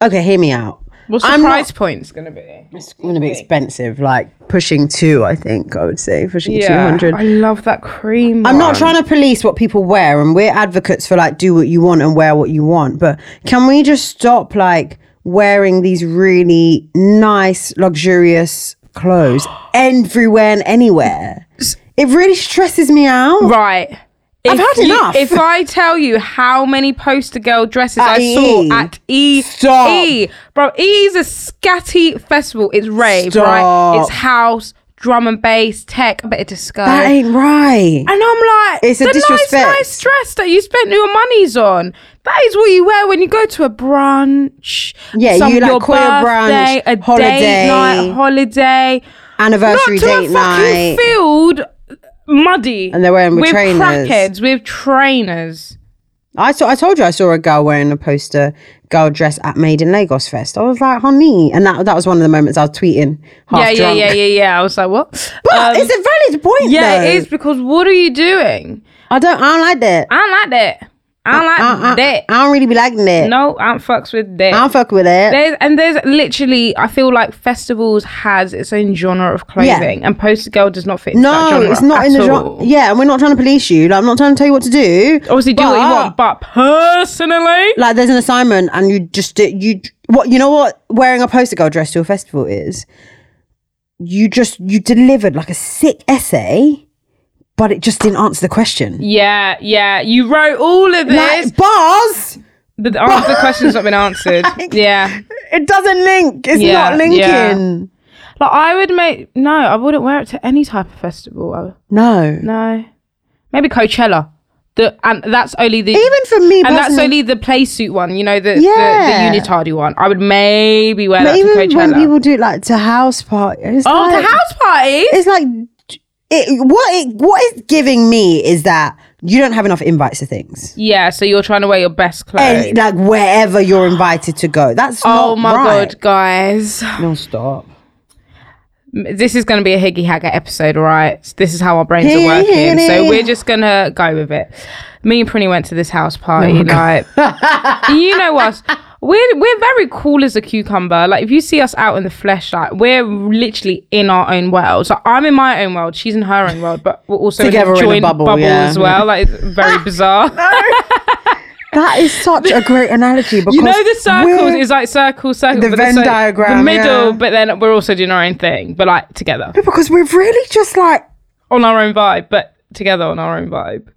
okay, hear me out. What's the I'm price point's gonna be? It's going to be expensive, like pushing two, I think, I would say, pushing Yeah, 200. I love that cream. I'm one. not trying to police what people wear, and we're advocates for like do what you want and wear what you want. But can we just stop like wearing these really nice, luxurious clothes everywhere and anywhere? It really stresses me out. Right. If I've had you- enough. If I tell you how many poster girl dresses At I E. saw at E, Stop. E, bro, E is a scatty festival. It's rave, Stop. right? It's house, drum and bass, tech, a bit of disco. That And ain't right. I'm like, It's a the disrespect. nice, nice dress that you spent your monies on. That is what you wear when you go to a brunch. Yeah, some- you like your queer brunch, birthday, a holiday. date night, holiday, Anniversary not to date a fucking night. field muddy And they're wearing with with trainers. crackheads with trainers I saw. I told you I saw a girl wearing a poster girl dress at Made in Lagos Fest. I was like, honey, and that that was one of the moments I was tweeting. Half yeah drunk. yeah yeah yeah yeah i was like what But Um, it's a valid point. yeah though. it is because what are you doing I don't. I don't like that. i don't like that i don't like I, I- that I don't really be liking that. no i don't fucks with uh, I don't that fuck with that. there's, and there's literally i feel like festivals has its own genre of clothing and poster girl does not fit into that no, genre it's not in at the all. genre. Yeah, and we're not trying to police you. Like, I'm not trying to tell you what to do. obviously do what you want but personally Like, there's an assignment, and you just do, you what you know what wearing a poster girl dress to a festival is. You just you delivered like a sick essay, but it just didn't answer the question. yeah yeah you wrote all of this Like, bars. The, the answer to the question's not been answered. yeah. It doesn't link. It's Yeah, not linking. yeah. Like, I would make. No, I wouldn't wear it to any type of festival. I, would- No. no. Maybe Coachella. The, and that's only the. Even for me, and that's personally- only the play suit one, you know, the, Yeah. the, the unitardy one. I would maybe wear But that even to when Coachella. people do like to house party, it's oh, like, the house party? It's like it, what it what it's giving me is that you don't have enough invites to things, Yeah, so you're trying to wear your best clothes. and like wherever you're invited to go, that's oh not my right. god, guys. No, stop. this is going to be a Higgy Hagger episode, all right? This is how our brains Higgy are working. higgy. So we're just going to go with it. Me and Prinny went to this house party. like, you know us. We're, we're very cool as a cucumber. Like, if you see us out in the flesh, like, we're literally in our own world. So I'm in my own world. She's in her own world, but we're also Together in in a a joined bubble, bubble, yeah. as well. Like, it's very bizarre. that is such a great analogy because You know the circles we're- is like circle, circle. The but Venn so- The diagram, middle, yeah. but then we're also doing our own thing, but like together because we're really just like on our own vibe, but together on our own vibe.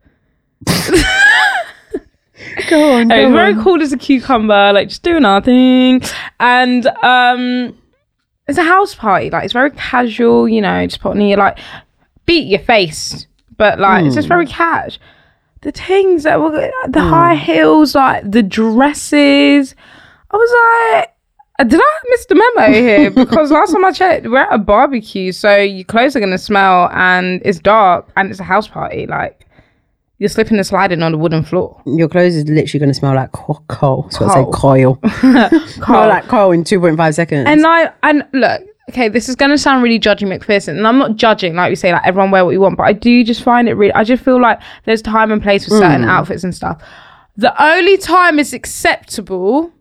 go on. It go was on. very cool as a cucumber, like just doing our thing. And um it's a house party, like it's very casual, you know, just putting your like beat your face, but like it's just Hmm. very cash. The things that were the high heels, like the dresses. I was like, uh, did I miss the memo here? Because last time I checked, we're at a barbecue, so your clothes are gonna smell and it's dark and it's a house party, like you're slipping and sliding on the wooden floor. Your clothes is literally going to smell like co- coal. So I say Coal. coil. Coal. Smell like coal in 2.5 seconds. And I and look, okay, this is gonna sound really judging McPherson, and I'm not judging, like we say, like everyone wear what you want, but I do just find it really I just feel like there's time and place for certain Mm. outfits and stuff. The only time it's acceptable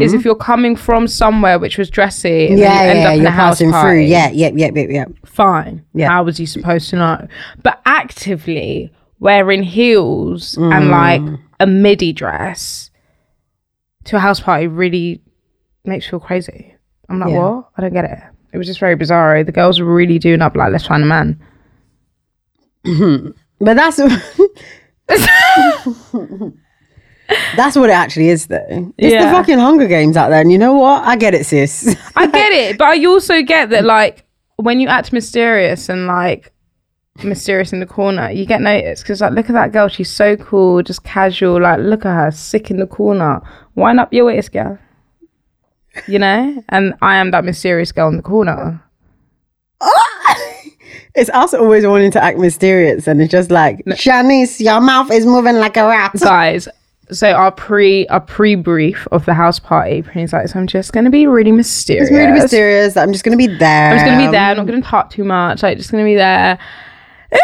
is if you're coming from somewhere which was dressy and Mm. yeah, then you end yeah, up in you're a house passing party. through. Yeah, yeah, yeah, yeah, yeah. Fine. Yeah. How was you supposed to know? But actively wearing heels and like a midi dress to a house party really makes you feel crazy. I'm like, what? I don't get it. It was just very bizarro. The girls were really doing up like, let's find a man. But that's that's what it actually is, though. It's Yeah. the fucking Hunger Games out there, and you know what? I get it, sis. I get it, but I also get that like when you act mysterious and like mysterious in the corner, you get noticed because like look at that girl, she's so cool, just casual. Like look at her, sick in the corner. Wind up your waist, girl. You know, and I am that mysterious girl in the corner. It's us always wanting to act mysterious, and it's just like Shanice, your mouth is moving like a rat. guys so our pre our pre-brief of the house party Preen's like so i'm just gonna be really mysterious It's really mysterious. I'm just gonna be there. i'm just gonna be there Um, i'm not gonna talk too much like just gonna be there And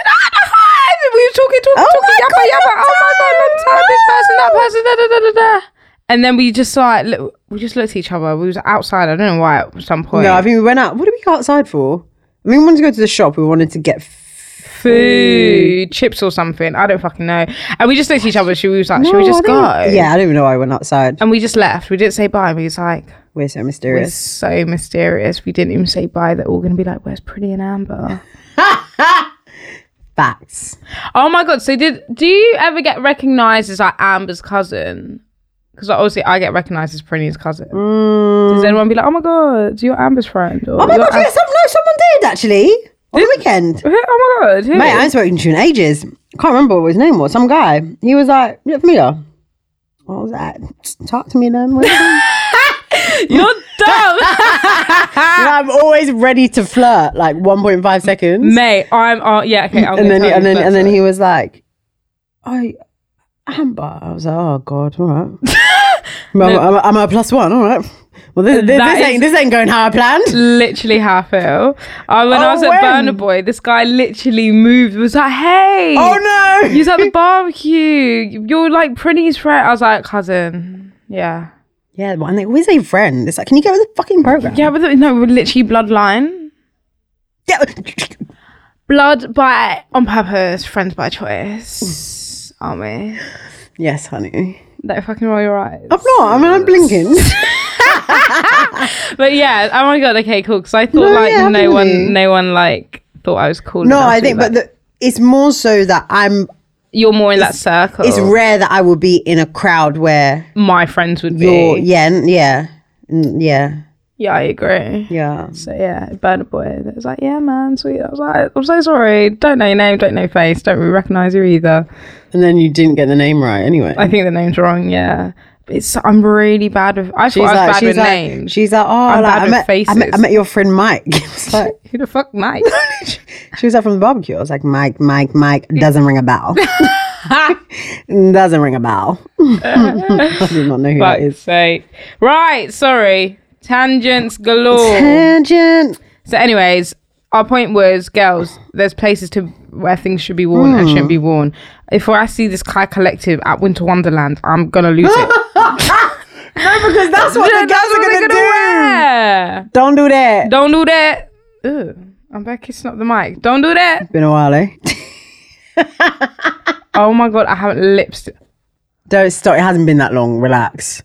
we were talking talking Oh talking my yappa yappa God, long oh my god long time time. this person that person da da da da da and then we just like look, we just looked at each other we was outside i don't know why at some point No, I think we went out. What did we go outside for? I mean, we wanted to go to the shop. We wanted to get food chips or something i don't fucking know and we just looked at each other she was like should we just go Yeah, I don't even know why I went outside. and we just left we didn't say bye we was like We're so It's mysterious. so mysterious. We didn't even say bye. They're all going to be like, "Where's Pretty and Amber?" Facts. oh my god! So did do you ever get recognised as like Amber's cousin? Because obviously I get recognised as Pretty's cousin. Does anyone be like, "Oh my god, you're Amber's friend"? Or, Mm. Oh my "You're god! Am- Yeah, some, no, someone did actually on the weekend. Who- oh my god! Who? Mate, I ain't spoken to you in ages. Can't remember what his name was. Some guy. He was like, "Yeah, familiar." What was that? Talk to me then. what- you're dumb, I'm always ready to flirt, like 1.5 seconds. mate. I'm. Uh, yeah, okay. I'm and gonna then he, tell and you then and first. then he was like, "I Amber." I was like, "Oh God, all right." I'm, I'm, I'm a plus one, all right. Well, this, this, That this ain't this ain't going how I planned. literally half ill. I when I Oh, was at when? Burner Boy, this guy literally moved. Was like, "Hey, Oh no! He's at the barbecue. You're like Prinny's friend. I was like, cousin. Yeah. Yeah, but- and they always say friend. It's like, can you get with the fucking program? Yeah, but no, we're literally bloodline. Yeah. Blood by on purpose, friends by choice. Aren't we? yes, honey. Don't fucking roll your eyes. I'm not. I mean, I'm blinking. But yeah, oh my god, okay, cool. Because I thought No, like yeah, no definitely. one, no one like thought I was cool. no, enough I to think, be but like- the, it's more so that I'm. you're more in that circle. It's rare that I will be in a crowd where my friends would be. you're. Yeah, n- yeah, n- yeah, yeah, I agree. yeah. So yeah, Burner Boy. It was like, yeah, man, sweet. I was like, I'm so sorry. Don't know your name. Don't know your face. Don't really recognize you either. And then you didn't get the name right anyway. I think the name's wrong. Yeah, But it's I'm really bad with. I She's thought I was like, bad she's with like, names. she's like, oh, I'm like, bad I, with met, I met, I faces. met your friend Mike. It's like, Who the fuck, Mike? she was like from the barbecue. I was like, Mike, Mike, Mike doesn't ring a bell. doesn't ring a bell. I did not know who that Fuck's is. sake. Right. Sorry. Tangents galore. Tangent. so, anyways, our point was, girls, there's places to where things should be worn and shouldn't be Hmm. worn. If I see this Kai collective at Winter Wonderland, I'm gonna lose it. Because That's that's what the guys what are they're gonna, gonna do. wear. Don't do that. Don't do that. Ew, I'm back kissing up the mic. Don't do that. Been a while, eh? Oh my god, I haven't lipstick. Don't stop. It hasn't been that long. Relax.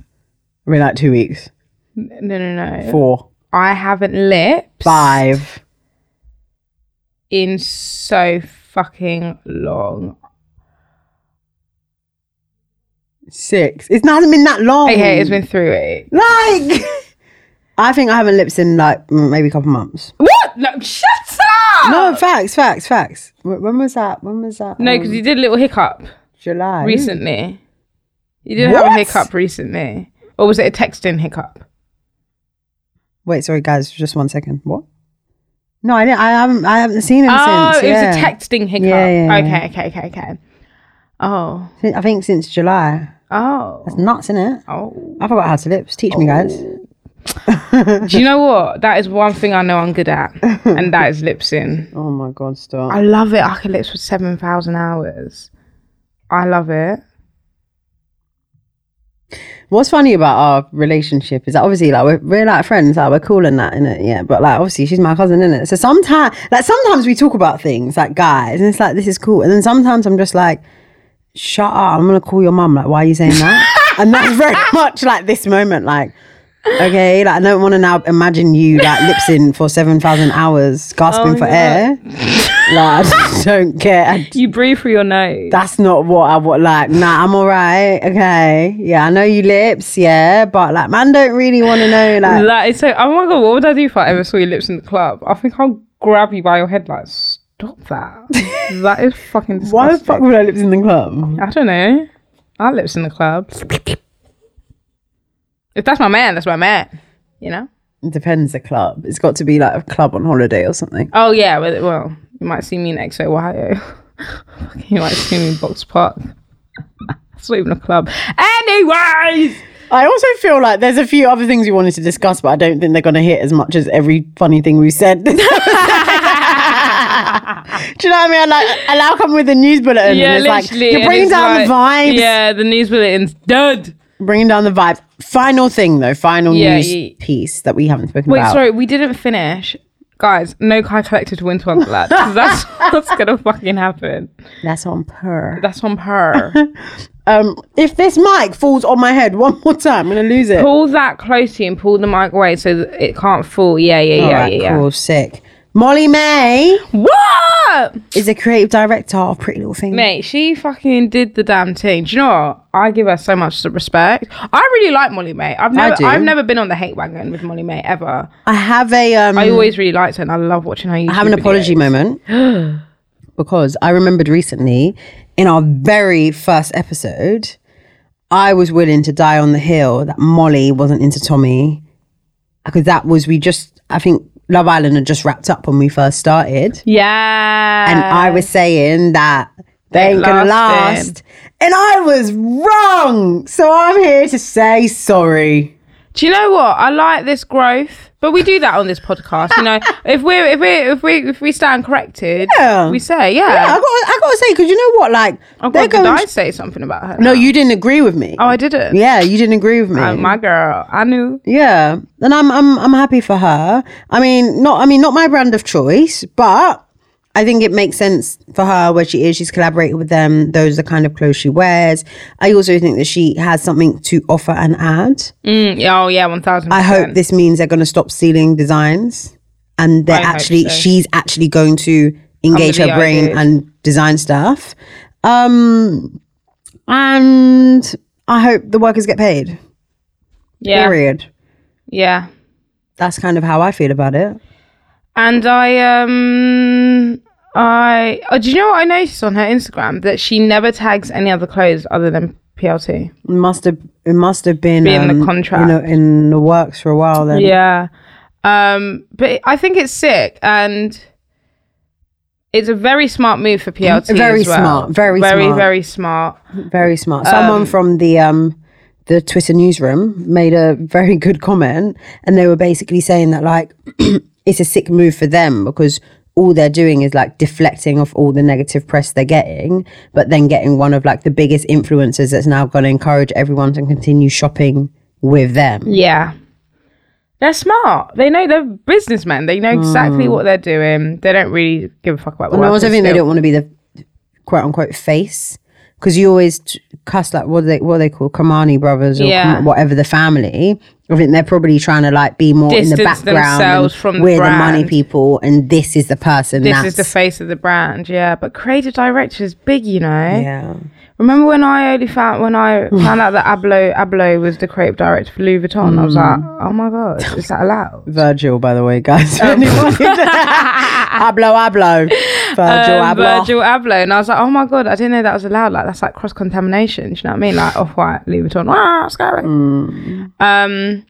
I mean, like two weeks, No, no, no. four, I haven't lips five. in so fucking long. six. It hasn't been that long. Okay, it's been three weeks. like. I think I haven't lips in like mm, maybe a couple months. What? No, shut up! No, facts, facts, facts. Wh- When was that? When was that? No, because Um, you did a little hiccup July. recently. You did have a What? hiccup recently. Or was it a texting hiccup? Wait, sorry guys, just one second. What? No, I didn't. I haven't. I haven't seen him Oh, since. it yeah. was a texting hiccup. Yeah, yeah, okay, yeah. okay, okay, okay. Oh, Sin- I think since July. That's oh, nuts, is it? oh. I forgot how to lips. Teach me, guys. Do you know what? That is one thing I know I'm good at, and that is lip sync. Oh my god, stop. I love it. I can lips for 7,000 hours. I love it. What's funny about our relationship is that obviously like we're, we're like friends, like we're cool and that in it, yeah. But like obviously she's my cousin in it, so sometimes like sometimes we talk about things like guys, and it's like this is cool, and then sometimes I'm just like, shut up, I'm gonna call your mum. Like, why are you saying that? and that's very much like this moment, like. Okay, like I don't want to now imagine you like lips in for seven thousand hours, gasping for air. like I just don't care. I You breathe through your nose. that's not what I would like. Nah, I'm all right. Okay. Yeah, I know you lips. Yeah, but like, man, don't really want to know. Like, Like, it's so, oh my god, what would I do if I ever saw your lips in the club? I think I'll grab you by your head, like, stop that. that is fucking disgusting. why the fuck would I lips in the club? I don't know. I lips in the club. if that's my man, that's my man. You know? It depends the club. It's got to be like a club on holiday or something. Oh, yeah, well, well you might see me in Exo, Ohio. you might see me in Box Park. that's not even a club. Anyways! I also feel like there's a few other things we wanted to discuss, but I don't think they're going to hit as much as every funny thing we said. Do you know what I mean? I like, I'll come with the news bulletin. Yeah, and it's literally. like, you're and bringing it's down the like- vibes. Yeah, the news bulletin's dead. Bringing down the vibe. Final thing, though, final Yeah, news yeah. piece that we haven't spoken Wait, about. sorry, we didn't finish. Guys, no Kai collected to Winter Wonderland. 'cause that's what's gonna fucking happen. That's on purr. That's on her. Um, if this mic falls on my head one more time, I'm gonna lose it. pull that close to you and pull the mic away so that it can't fall. Yeah, yeah, yeah, Alright, yeah, cool, sick. Molly May yeah. What? is a creative director of Pretty Little Thing. Mate, she fucking did the damn thing. Do you know what? I give her so much respect. I really like Molly May. I've never do. I've never been on the hate wagon with Molly May ever. I have a um, I I always really liked her and I love watching her. YouTube have an apology videos. moment because I remembered recently in our very first episode, I was willing to die on the hill that Molly wasn't into Tommy because that was we just I think Love Island had just wrapped up when we first started. Yeah. and I was saying that they It ain't gonna lasted. last. And I was wrong. So I'm here to say sorry. Do you know what? I like this growth, but we do that on this podcast. You know, if we are if we are if we if we stand corrected, Yeah. we say I yeah. got, I got to say, because you know what? Like, oh they're God, did I going. say something about her? No, you didn't agree with me. Oh, I didn't. yeah, you didn't agree with me. Uh, my girl, I knew. yeah, and I'm I'm I'm happy for her. I mean, not I mean not my brand of choice, but I think it makes sense for her where she is. She's collaborated with them. Those are the kind of clothes she wears. I also think that she has something to offer and add. Mm, yeah, oh yeah, one thousand. I hope this means they're going to stop stealing designs, and they're I hope actually so. she's actually going to engage Under her the brain ideas. and design stuff. Um, and I hope the workers get paid. Yeah, Period. yeah. That's kind of how I feel about it. And I um I oh, do you know what I noticed on her Instagram that she never tags any other clothes other than PLT. Must have it must have been Be in the um, contract. you know, in the works for a while. Then Yeah. Um, but I think it's sick and it's a very smart move for PLT. Very as well. smart, very smart. Very, very smart. very smart. Someone from the um the Twitter newsroom made a very good comment, and they were basically saying that like it's a sick move for them because all they're doing is like deflecting off all the negative press they're getting, but then getting one of like the biggest influencers that's now going to encourage everyone to continue shopping with them. Yeah. They're smart. They know they're businessmen. They know exactly what they're doing. They don't really give a fuck about the And Hmm. I world. also think they don't want to be the quote unquote face because you always t- cuss like what they what they call Kamani brothers or Yeah. Kam- whatever the family. I think they're probably trying to like be more in the Distance background. and themselves from the we're the money brand. people, and this is the person. This that's, is the face of the brand, yeah. But creative director is big, you know. Yeah. Remember when I only found when I found out that Ablo Ablo was the creative director for Louis Vuitton? I was like, Hmm. oh my god, is that allowed? Virgil, by the way, guys. Oh. Anyone- Hablo, hablo. Virgil, Um, hablo. Virgil Abloh, and I was like, oh my god, I didn't know that was allowed. Like that's like cross contamination. Do you know what I mean? Like off white, Louis Vuitton, ah, scary. Um,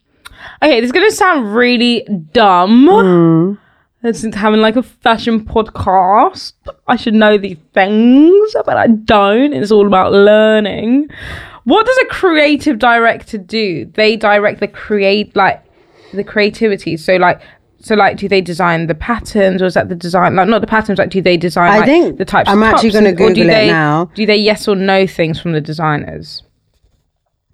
okay, this is gonna sound really dumb. Since having like a fashion podcast, I should know these things, but I don't. It's all about learning. What does a creative director do? They direct the create like the creativity. So like so like do they design the patterns or is that the design like not the patterns like do they design I like, think the types I'm of actually tops and- or gonna do Google it they, now. Do they yes or no things from the designers?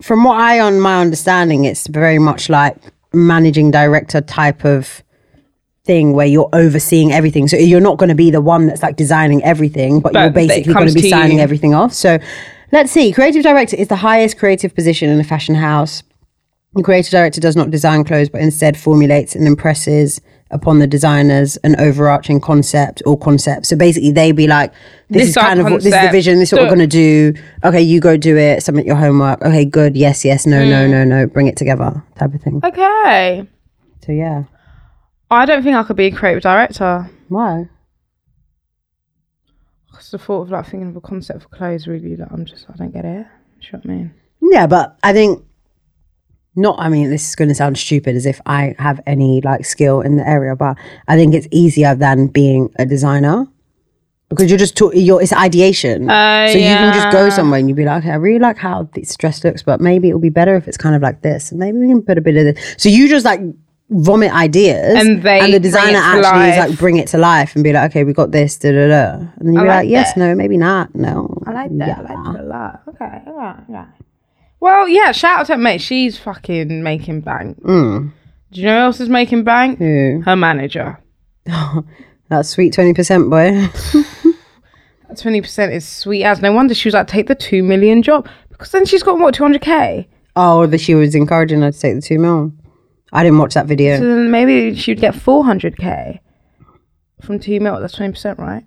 From what I on my understanding, it's very much like managing director type of thing where you're overseeing everything. So you're not going to be the one that's like designing everything, but, But you're it basically going comes to be to signing you. everything off. So let's see. Creative director is the highest creative position in a fashion house. The creative director does not design clothes, but instead formulates and impresses upon the designers an overarching concept or concepts. So basically, they be like, "This, This is our kind of what, this is the concept. vision. This is what we're Do- going to do. Okay, you go do it. Submit your homework. Okay, good. Yes, yes. No, no, Hmm. no, no. Bring it together. Type of thing. Okay. So yeah, I don't think I could be a creative director. why? Because the thought of like thinking of a concept for clothes really like I'm just I don't get it. Do you know what I mean? Yeah, but I think not. I mean, this is going to sound stupid as if I have any like skill in the area, but I think it's easier than being a designer because you're just talking. You're it's ideation, Oh, so you can just go somewhere and you'd be like, okay, I really like how this dress looks, but maybe it'll be better if it's kind of like this, and maybe we can put a bit of this. So you just like vomit ideas, And they and the bring designer it to actually is life. like bring it to life and be like, okay, we got this, da da da, and then you'd be like, like yes, no, maybe not, no, I like that. I like that a lot. Okay, alright, alright. Well, yeah, shout out to her, mate. She's fucking making bank. Do you know who else is making bank? Who? Her manager. That's sweet twenty percent, boy. Twenty percent is sweet as. No wonder she was like, take the two million job because then she's got what two hundred k. Oh, that she was encouraging her to take the two mil. I didn't watch that video. So then maybe she'd get four hundred k from two mil. That's twenty percent, right?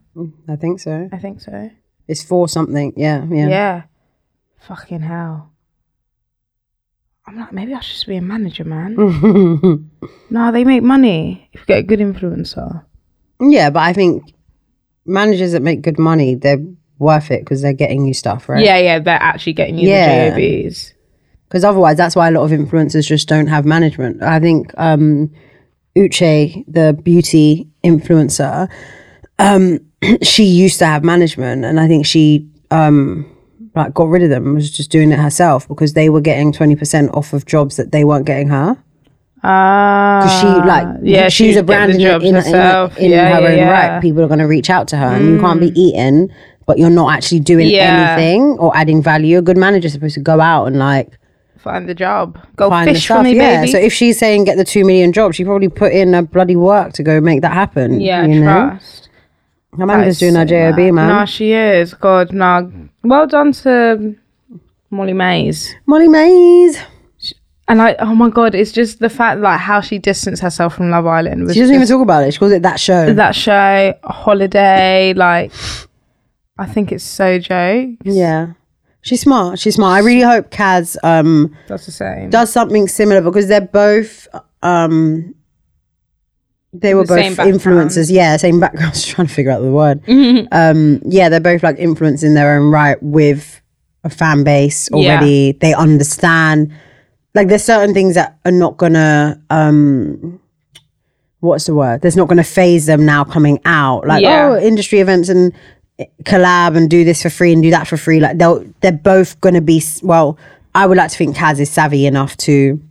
I think so. I think so. It's for something. Yeah, yeah. Yeah. Fucking hell. I'm like, maybe I should just be a manager, man. no, they make money if you get a good influencer. Yeah, but I think managers that make good money, they're worth it because they're getting you stuff, right? Yeah, yeah, they're actually getting you Yeah. the JOBs. Because otherwise, that's why a lot of influencers just don't have management. I think um, Uche, the beauty influencer, um, she used to have management, and I think she um, like got rid of them. and Was just doing it herself because they were getting twenty percent off of jobs that they weren't getting her. Ah, because she like yeah, she's she'd a get brand the in, her- jobs in, her- in her- herself. in Yeah, her yeah, own yeah. Mm. right. People are going to reach out to her, and you can't be eating, but you're not actually doing Yeah. anything or adding value. A good manager's supposed to go out and like Find the job. Go find the fish stuff. for me, yeah. baby. So if she's saying get the two million job, she probably put in a bloody work to go make that happen. yeah, you know, trust. her manager's doing her job, man. Nah, she is. God, nah. Well done to Molly Mays. Molly Mays. And like, oh my God, it's just the fact like how she distanced herself from Love Island. Was She doesn't even just- talk about it. She calls it that show. that show, Holiday. Like, I think it's so joke. yeah. She's smart. She's smart. I really hope Kaz um, That's the same. does something similar because they're both um they were The same both influencers yeah same background I was trying to figure out the word Mm-hmm. um yeah they're both like influencing their own right with a fan base Yeah. already they understand like there's certain things that are not gonna um what's the word that's not gonna phase them now coming out like Yeah. oh industry events and eh, collab and do this for free and do that for free. Like they'll they're both gonna be s- well. I would like to think Kaz is savvy enough to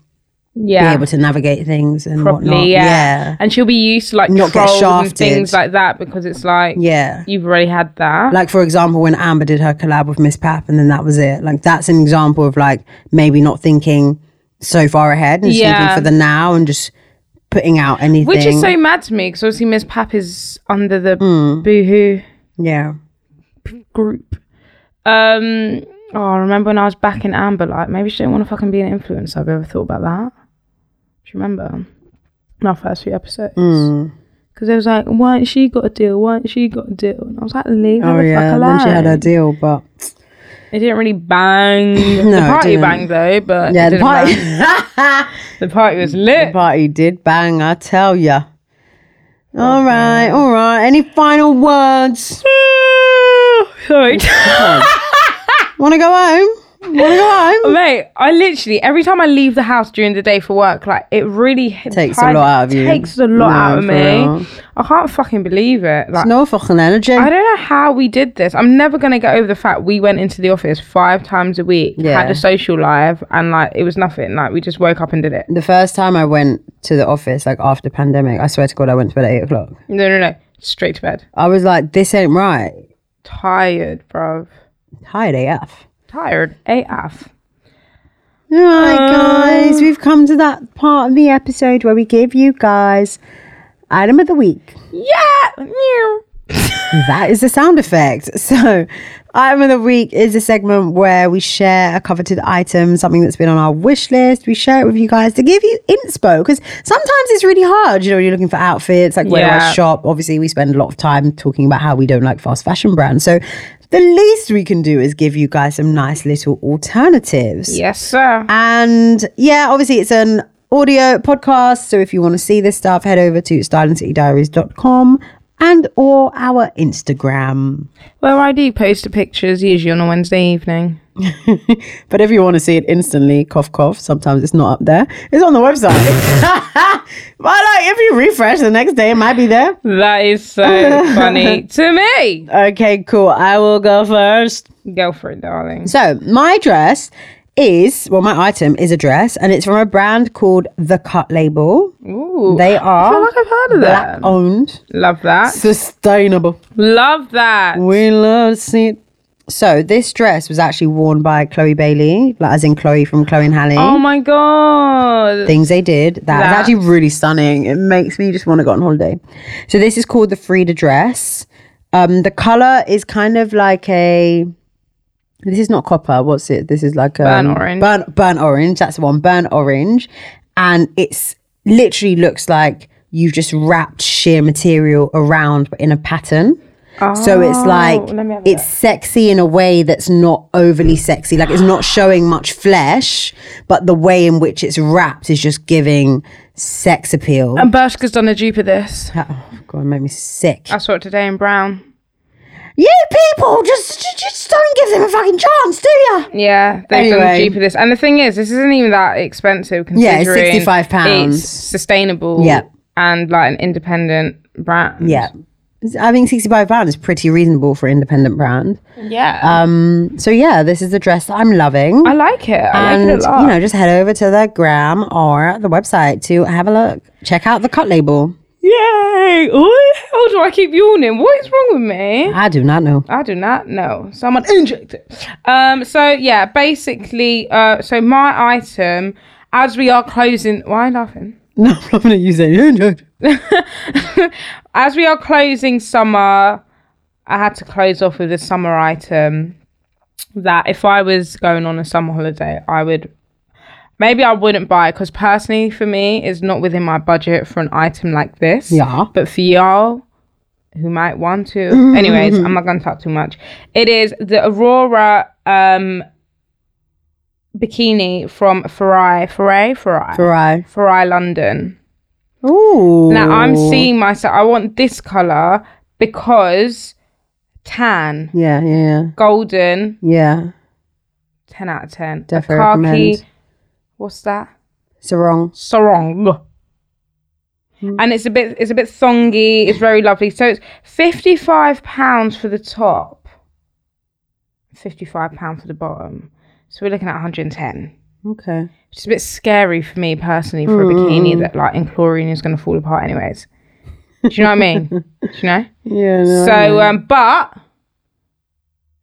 yeah. be able to navigate things and whatnot. Properly, yeah. And she'll be used to like Not get trolls and shafted. things like that because it's like yeah, yeah. you've already had that. Like for example, when Amber did her collab with Miss Pap, and then that was it. Like that's an example of like maybe not thinking so far ahead and just Yeah. thinking for the now and just putting out anything. Which is so mad to me because obviously Miss Hmm. Pap is under the Boohoo yeah. group. Um, oh, I remember when I was back in Amberlight. Maybe she didn't want to fucking be an influencer. Have you ever thought about that? Do you remember? In our first few episodes. Hmm. Because it was like, why ain't she got a deal? Why ain't she got a deal? And I was like, leave her Oh the yeah, fuck alone. then she had her deal, but It didn't really bang. No, the it party didn't. banged though, but yeah, it the didn't party, bang. the party was lit. party did bang. I tell ya. All right, all right. Any final words? Sorry. Want to go home? Want to go home? Mate, I literally every time I leave the house during the day for work, like it really Takes a lot out of you. Takes a lot No, out of for me. real. I can't fucking believe it. Like No fucking energy. I don't know how we did this. I'm never gonna get over the fact we went into the office five times a week, Yeah. had a social life, and like it was nothing. Like we just woke up and did it. The first time I went to the office, like after pandemic, I swear to God, I went to bed at eight o'clock. No, no, no. Straight to bed. I was like, this ain't right. Tired, bruv. Tired AF. Tired. AF. All right, guys, we've come to that part of the episode where we give you guys item of the week. Yeah. That is the sound effect. So, item of the week is a segment where we share a coveted item, something that's been on our wish list. We share it with you guys to give you inspo because sometimes it's really hard. You know, when you're looking for outfits, like where do I Yeah. shop? Obviously, we spend a lot of time talking about how we don't like fast fashion brands. So, the least we can do is give you guys some nice little alternatives. Yes, sir. And yeah, obviously it's an audio podcast. So if you want to see this stuff, head over to stylandcitydiaries.com and or our Instagram. Where I do post the pictures usually on a Wednesday evening. But if you want to see it instantly, cough cough, sometimes it's not up there. It's on the website. but like if you refresh the next day, it might be there. That is so funny to me. Okay, cool. I will go first. Go for it, darling. So my dress is well, my item is a dress, and it's from a brand called The Cut Label. Ooh, They I are feel like I've heard of black that. owned. Love that. Sustainable. Love that. We love to see it. So this dress was actually worn by Chloe Bailey, like as in Chloe from Chloe and Halle. Oh my god. Things they did that, was That- actually really stunning. It makes me just want to go on holiday. So this is called the Frida dress. Um, the color is kind of like a. This is not copper. What's it? This is like a Burnt orange. Burnt, burnt orange. That's the one. Burnt orange, and it's literally looks like you've just wrapped sheer material around, but in a pattern. So it's like Oh, let me have a it's sexy in a way that's not overly sexy. Like it's not showing much flesh, but the way in which it's wrapped is just giving sex appeal. and Bershka's done a dupe of this. oh god, make me sick. I saw it today in brown. you people just ju- just don't give them a fucking chance, do you? Yeah, they've done Anyway. a dupe of this. And the thing is, this isn't even that expensive considering Yeah, it's 65 pounds. It's sustainable. Yeah. And like an independent brand. Yeah. I think sixty-five pound is pretty reasonable for an independent brand. Yeah. Um, so yeah, this is the dress that I'm loving. I like it. I and like it a lot. you know, just head over to the gram or the website to have a look. Check out the cut label. Yay! Oh, how do I keep yawning? What is wrong with me? I do not know. I do not know. Someone inject it. Um. So yeah, basically, uh, so my item, as we are closing, why are you laughing? No, I'm not going to use it. As we are closing summer, I had to close off with a summer item that if I was going on a summer holiday, I would. Maybe I wouldn't buy because personally, for me, it's not within my budget for an item like this. Yeah. But for y'all who might want to, anyways, I'm not gonna talk too much. It is the Aurora um bikini from Farai, Farai, Farai, Right. Farai, London. Ooh. Now I'm seeing myself. I want this color because tan, Yeah, yeah, golden, yeah. ten out of ten. A Definitely khaki- recommend. What's that? It's wrong. sarong. Hmm. And it's a bit it's a bit thongy, it's very lovely. So it's fifty five pounds for the top, fifty five pounds for the bottom. So we're looking at 110. Okay. Which is a bit scary for me personally Hmm. for a bikini that like in chlorine is gonna fall apart anyways. Do you know what I mean? Do you know? Yeah. no, I know. So um but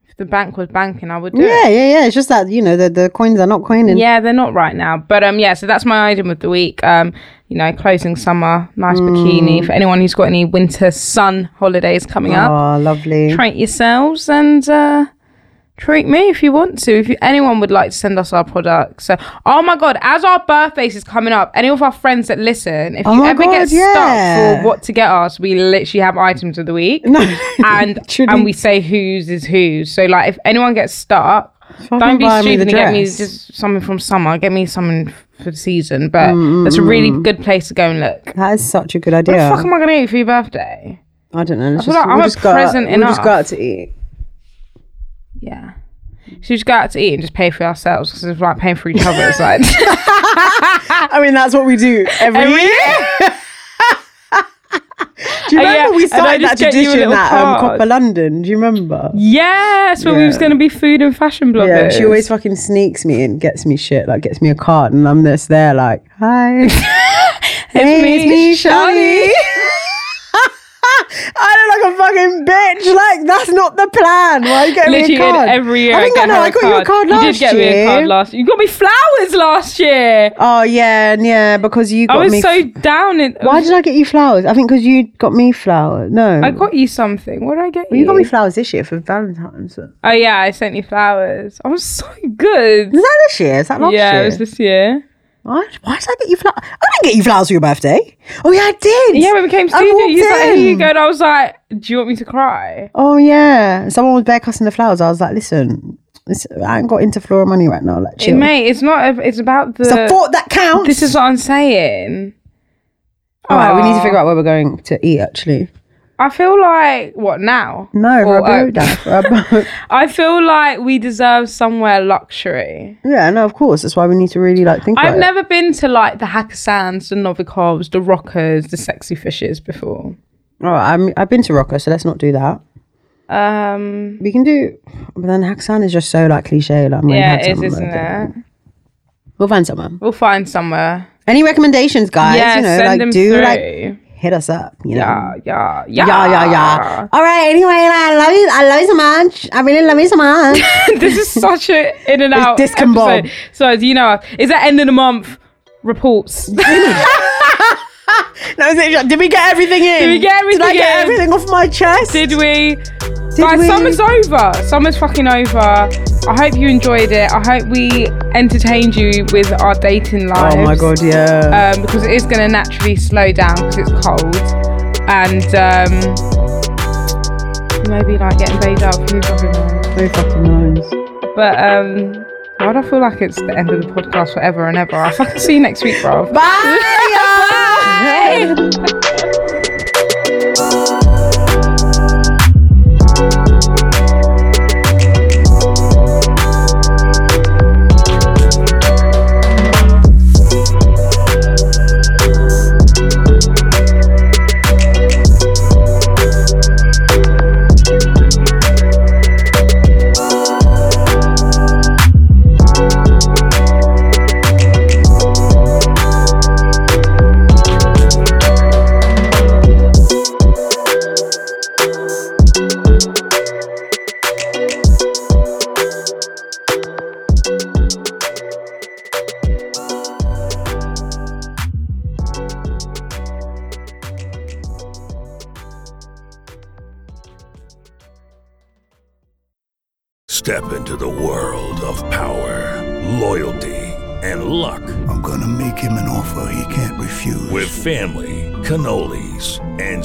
if the bank was banking, I would do it. yeah, yeah, yeah. It's just that you know the the coins are not coining. Yeah, they're not right now. But um, yeah, so that's my item of the week. Um, you know, closing summer, nice Mm. bikini for anyone who's got any winter sun holidays coming up. Oh, lovely. Treat yourselves and uh, Treat me if you want to. If you, anyone would like to send us our products, so oh my god, as our birthdays is coming up, any of our friends that listen, if Oh you my ever God, get yeah. stuck for what to get us, we literally have items of the week, No, and truly. and we say whose is whose. So like, if anyone gets stuck, don't be buy me stupid the and get me dress. just something from summer. Get me something for the season, but that's a really good place to go and look. That is such a good What idea. the fuck am I gonna eat for your birthday? I don't know. Let's feel like just, I'm a we'll just go out, present we'll just enough. go out to eat. Yeah. So we just go out to eat and just pay for ourselves because it's like paying for each other. It's like I mean, that's what we do every, Every year. do you Oh, yeah, remember we and I started that just get you a tradition little at card. um, Copper London? Do you remember? yes, when we was Yeah. gonna be food and fashion bloggers. Yeah, she always fucking sneaks me and gets me shit, like gets me a card, and I'm just there like, hi, it's me, Shani. I look like a fucking bitch. Like that's not the plan. Why are you getting Literally me a card? every year. I think I get know. her I got you a card last You did get year. me a card last year. You got me flowers last year. Oh yeah, and yeah, because you I got was me. so down in Why did I get you flowers? I think because you got me flowers. No, I got you something. What did I get Well, you? you got me flowers this year for Valentine's. Was oh yeah, I sent you flowers. I was so good. that this year? Is that last yeah, year? it was this year. Why, why did I get you flowers? I didn't get you flowers for your birthday. Oh yeah, I did. Yeah, when we came to I see you, walked you was like, here you in. go. And I was like, do you want me to cry? Oh yeah, someone was bare cussing the flowers. I was like, listen, this, I ain't got into floral money right now. Like, chill. Mate, it's not. It's about the. it's a thought that counts. This is what I'm saying. All right, we need to Aw. figure out where we're going to eat. Actually, I feel like what now? no, Or, for uh, a boda, for a bo- I feel like we deserve somewhere luxury. yeah, no, of course. That's why we need to really like think. I've about it. never been to like the Hackersands, the Novikovs, the Rockers, the Sexy Fishes before. All right, I'm, I've been to Rocco, so let's not do that. Um, We can do, but then Haxan is just so like cliche. Like, I'm wearing yeah, it Haxan, is, isn't like, it? We'll find someone. We'll find somewhere. Any recommendations, guys? yeah, you know, send like them do through. like hit us up. You know. yeah, yeah, yeah, Yeah, yeah, yeah. All right. Anyway, I love you. I love you so much. I really love you so much. this is such a in and out It's discombobble. episode. So as you know, it's at end of the month reports. No, it's literally- did we get everything in? Did we get Did I everything get in? everything off my chest? Did we? Did Guys, we? summer's over. Summer's fucking over. I hope you enjoyed it. I hope we entertained you with our dating lives. Oh my god, yeah. Um, because it is going to naturally slow down because it's cold. And um, maybe like getting laid up. Who fucking knows? Very fucking nice. But um, why do I feel like it's the end of the podcast forever and ever? I'll fucking see you next week, bro. Bye. y'all. Step into the world of power, loyalty, and luck I'm gonna make him an offer he can't refuse. with family, cannolis, and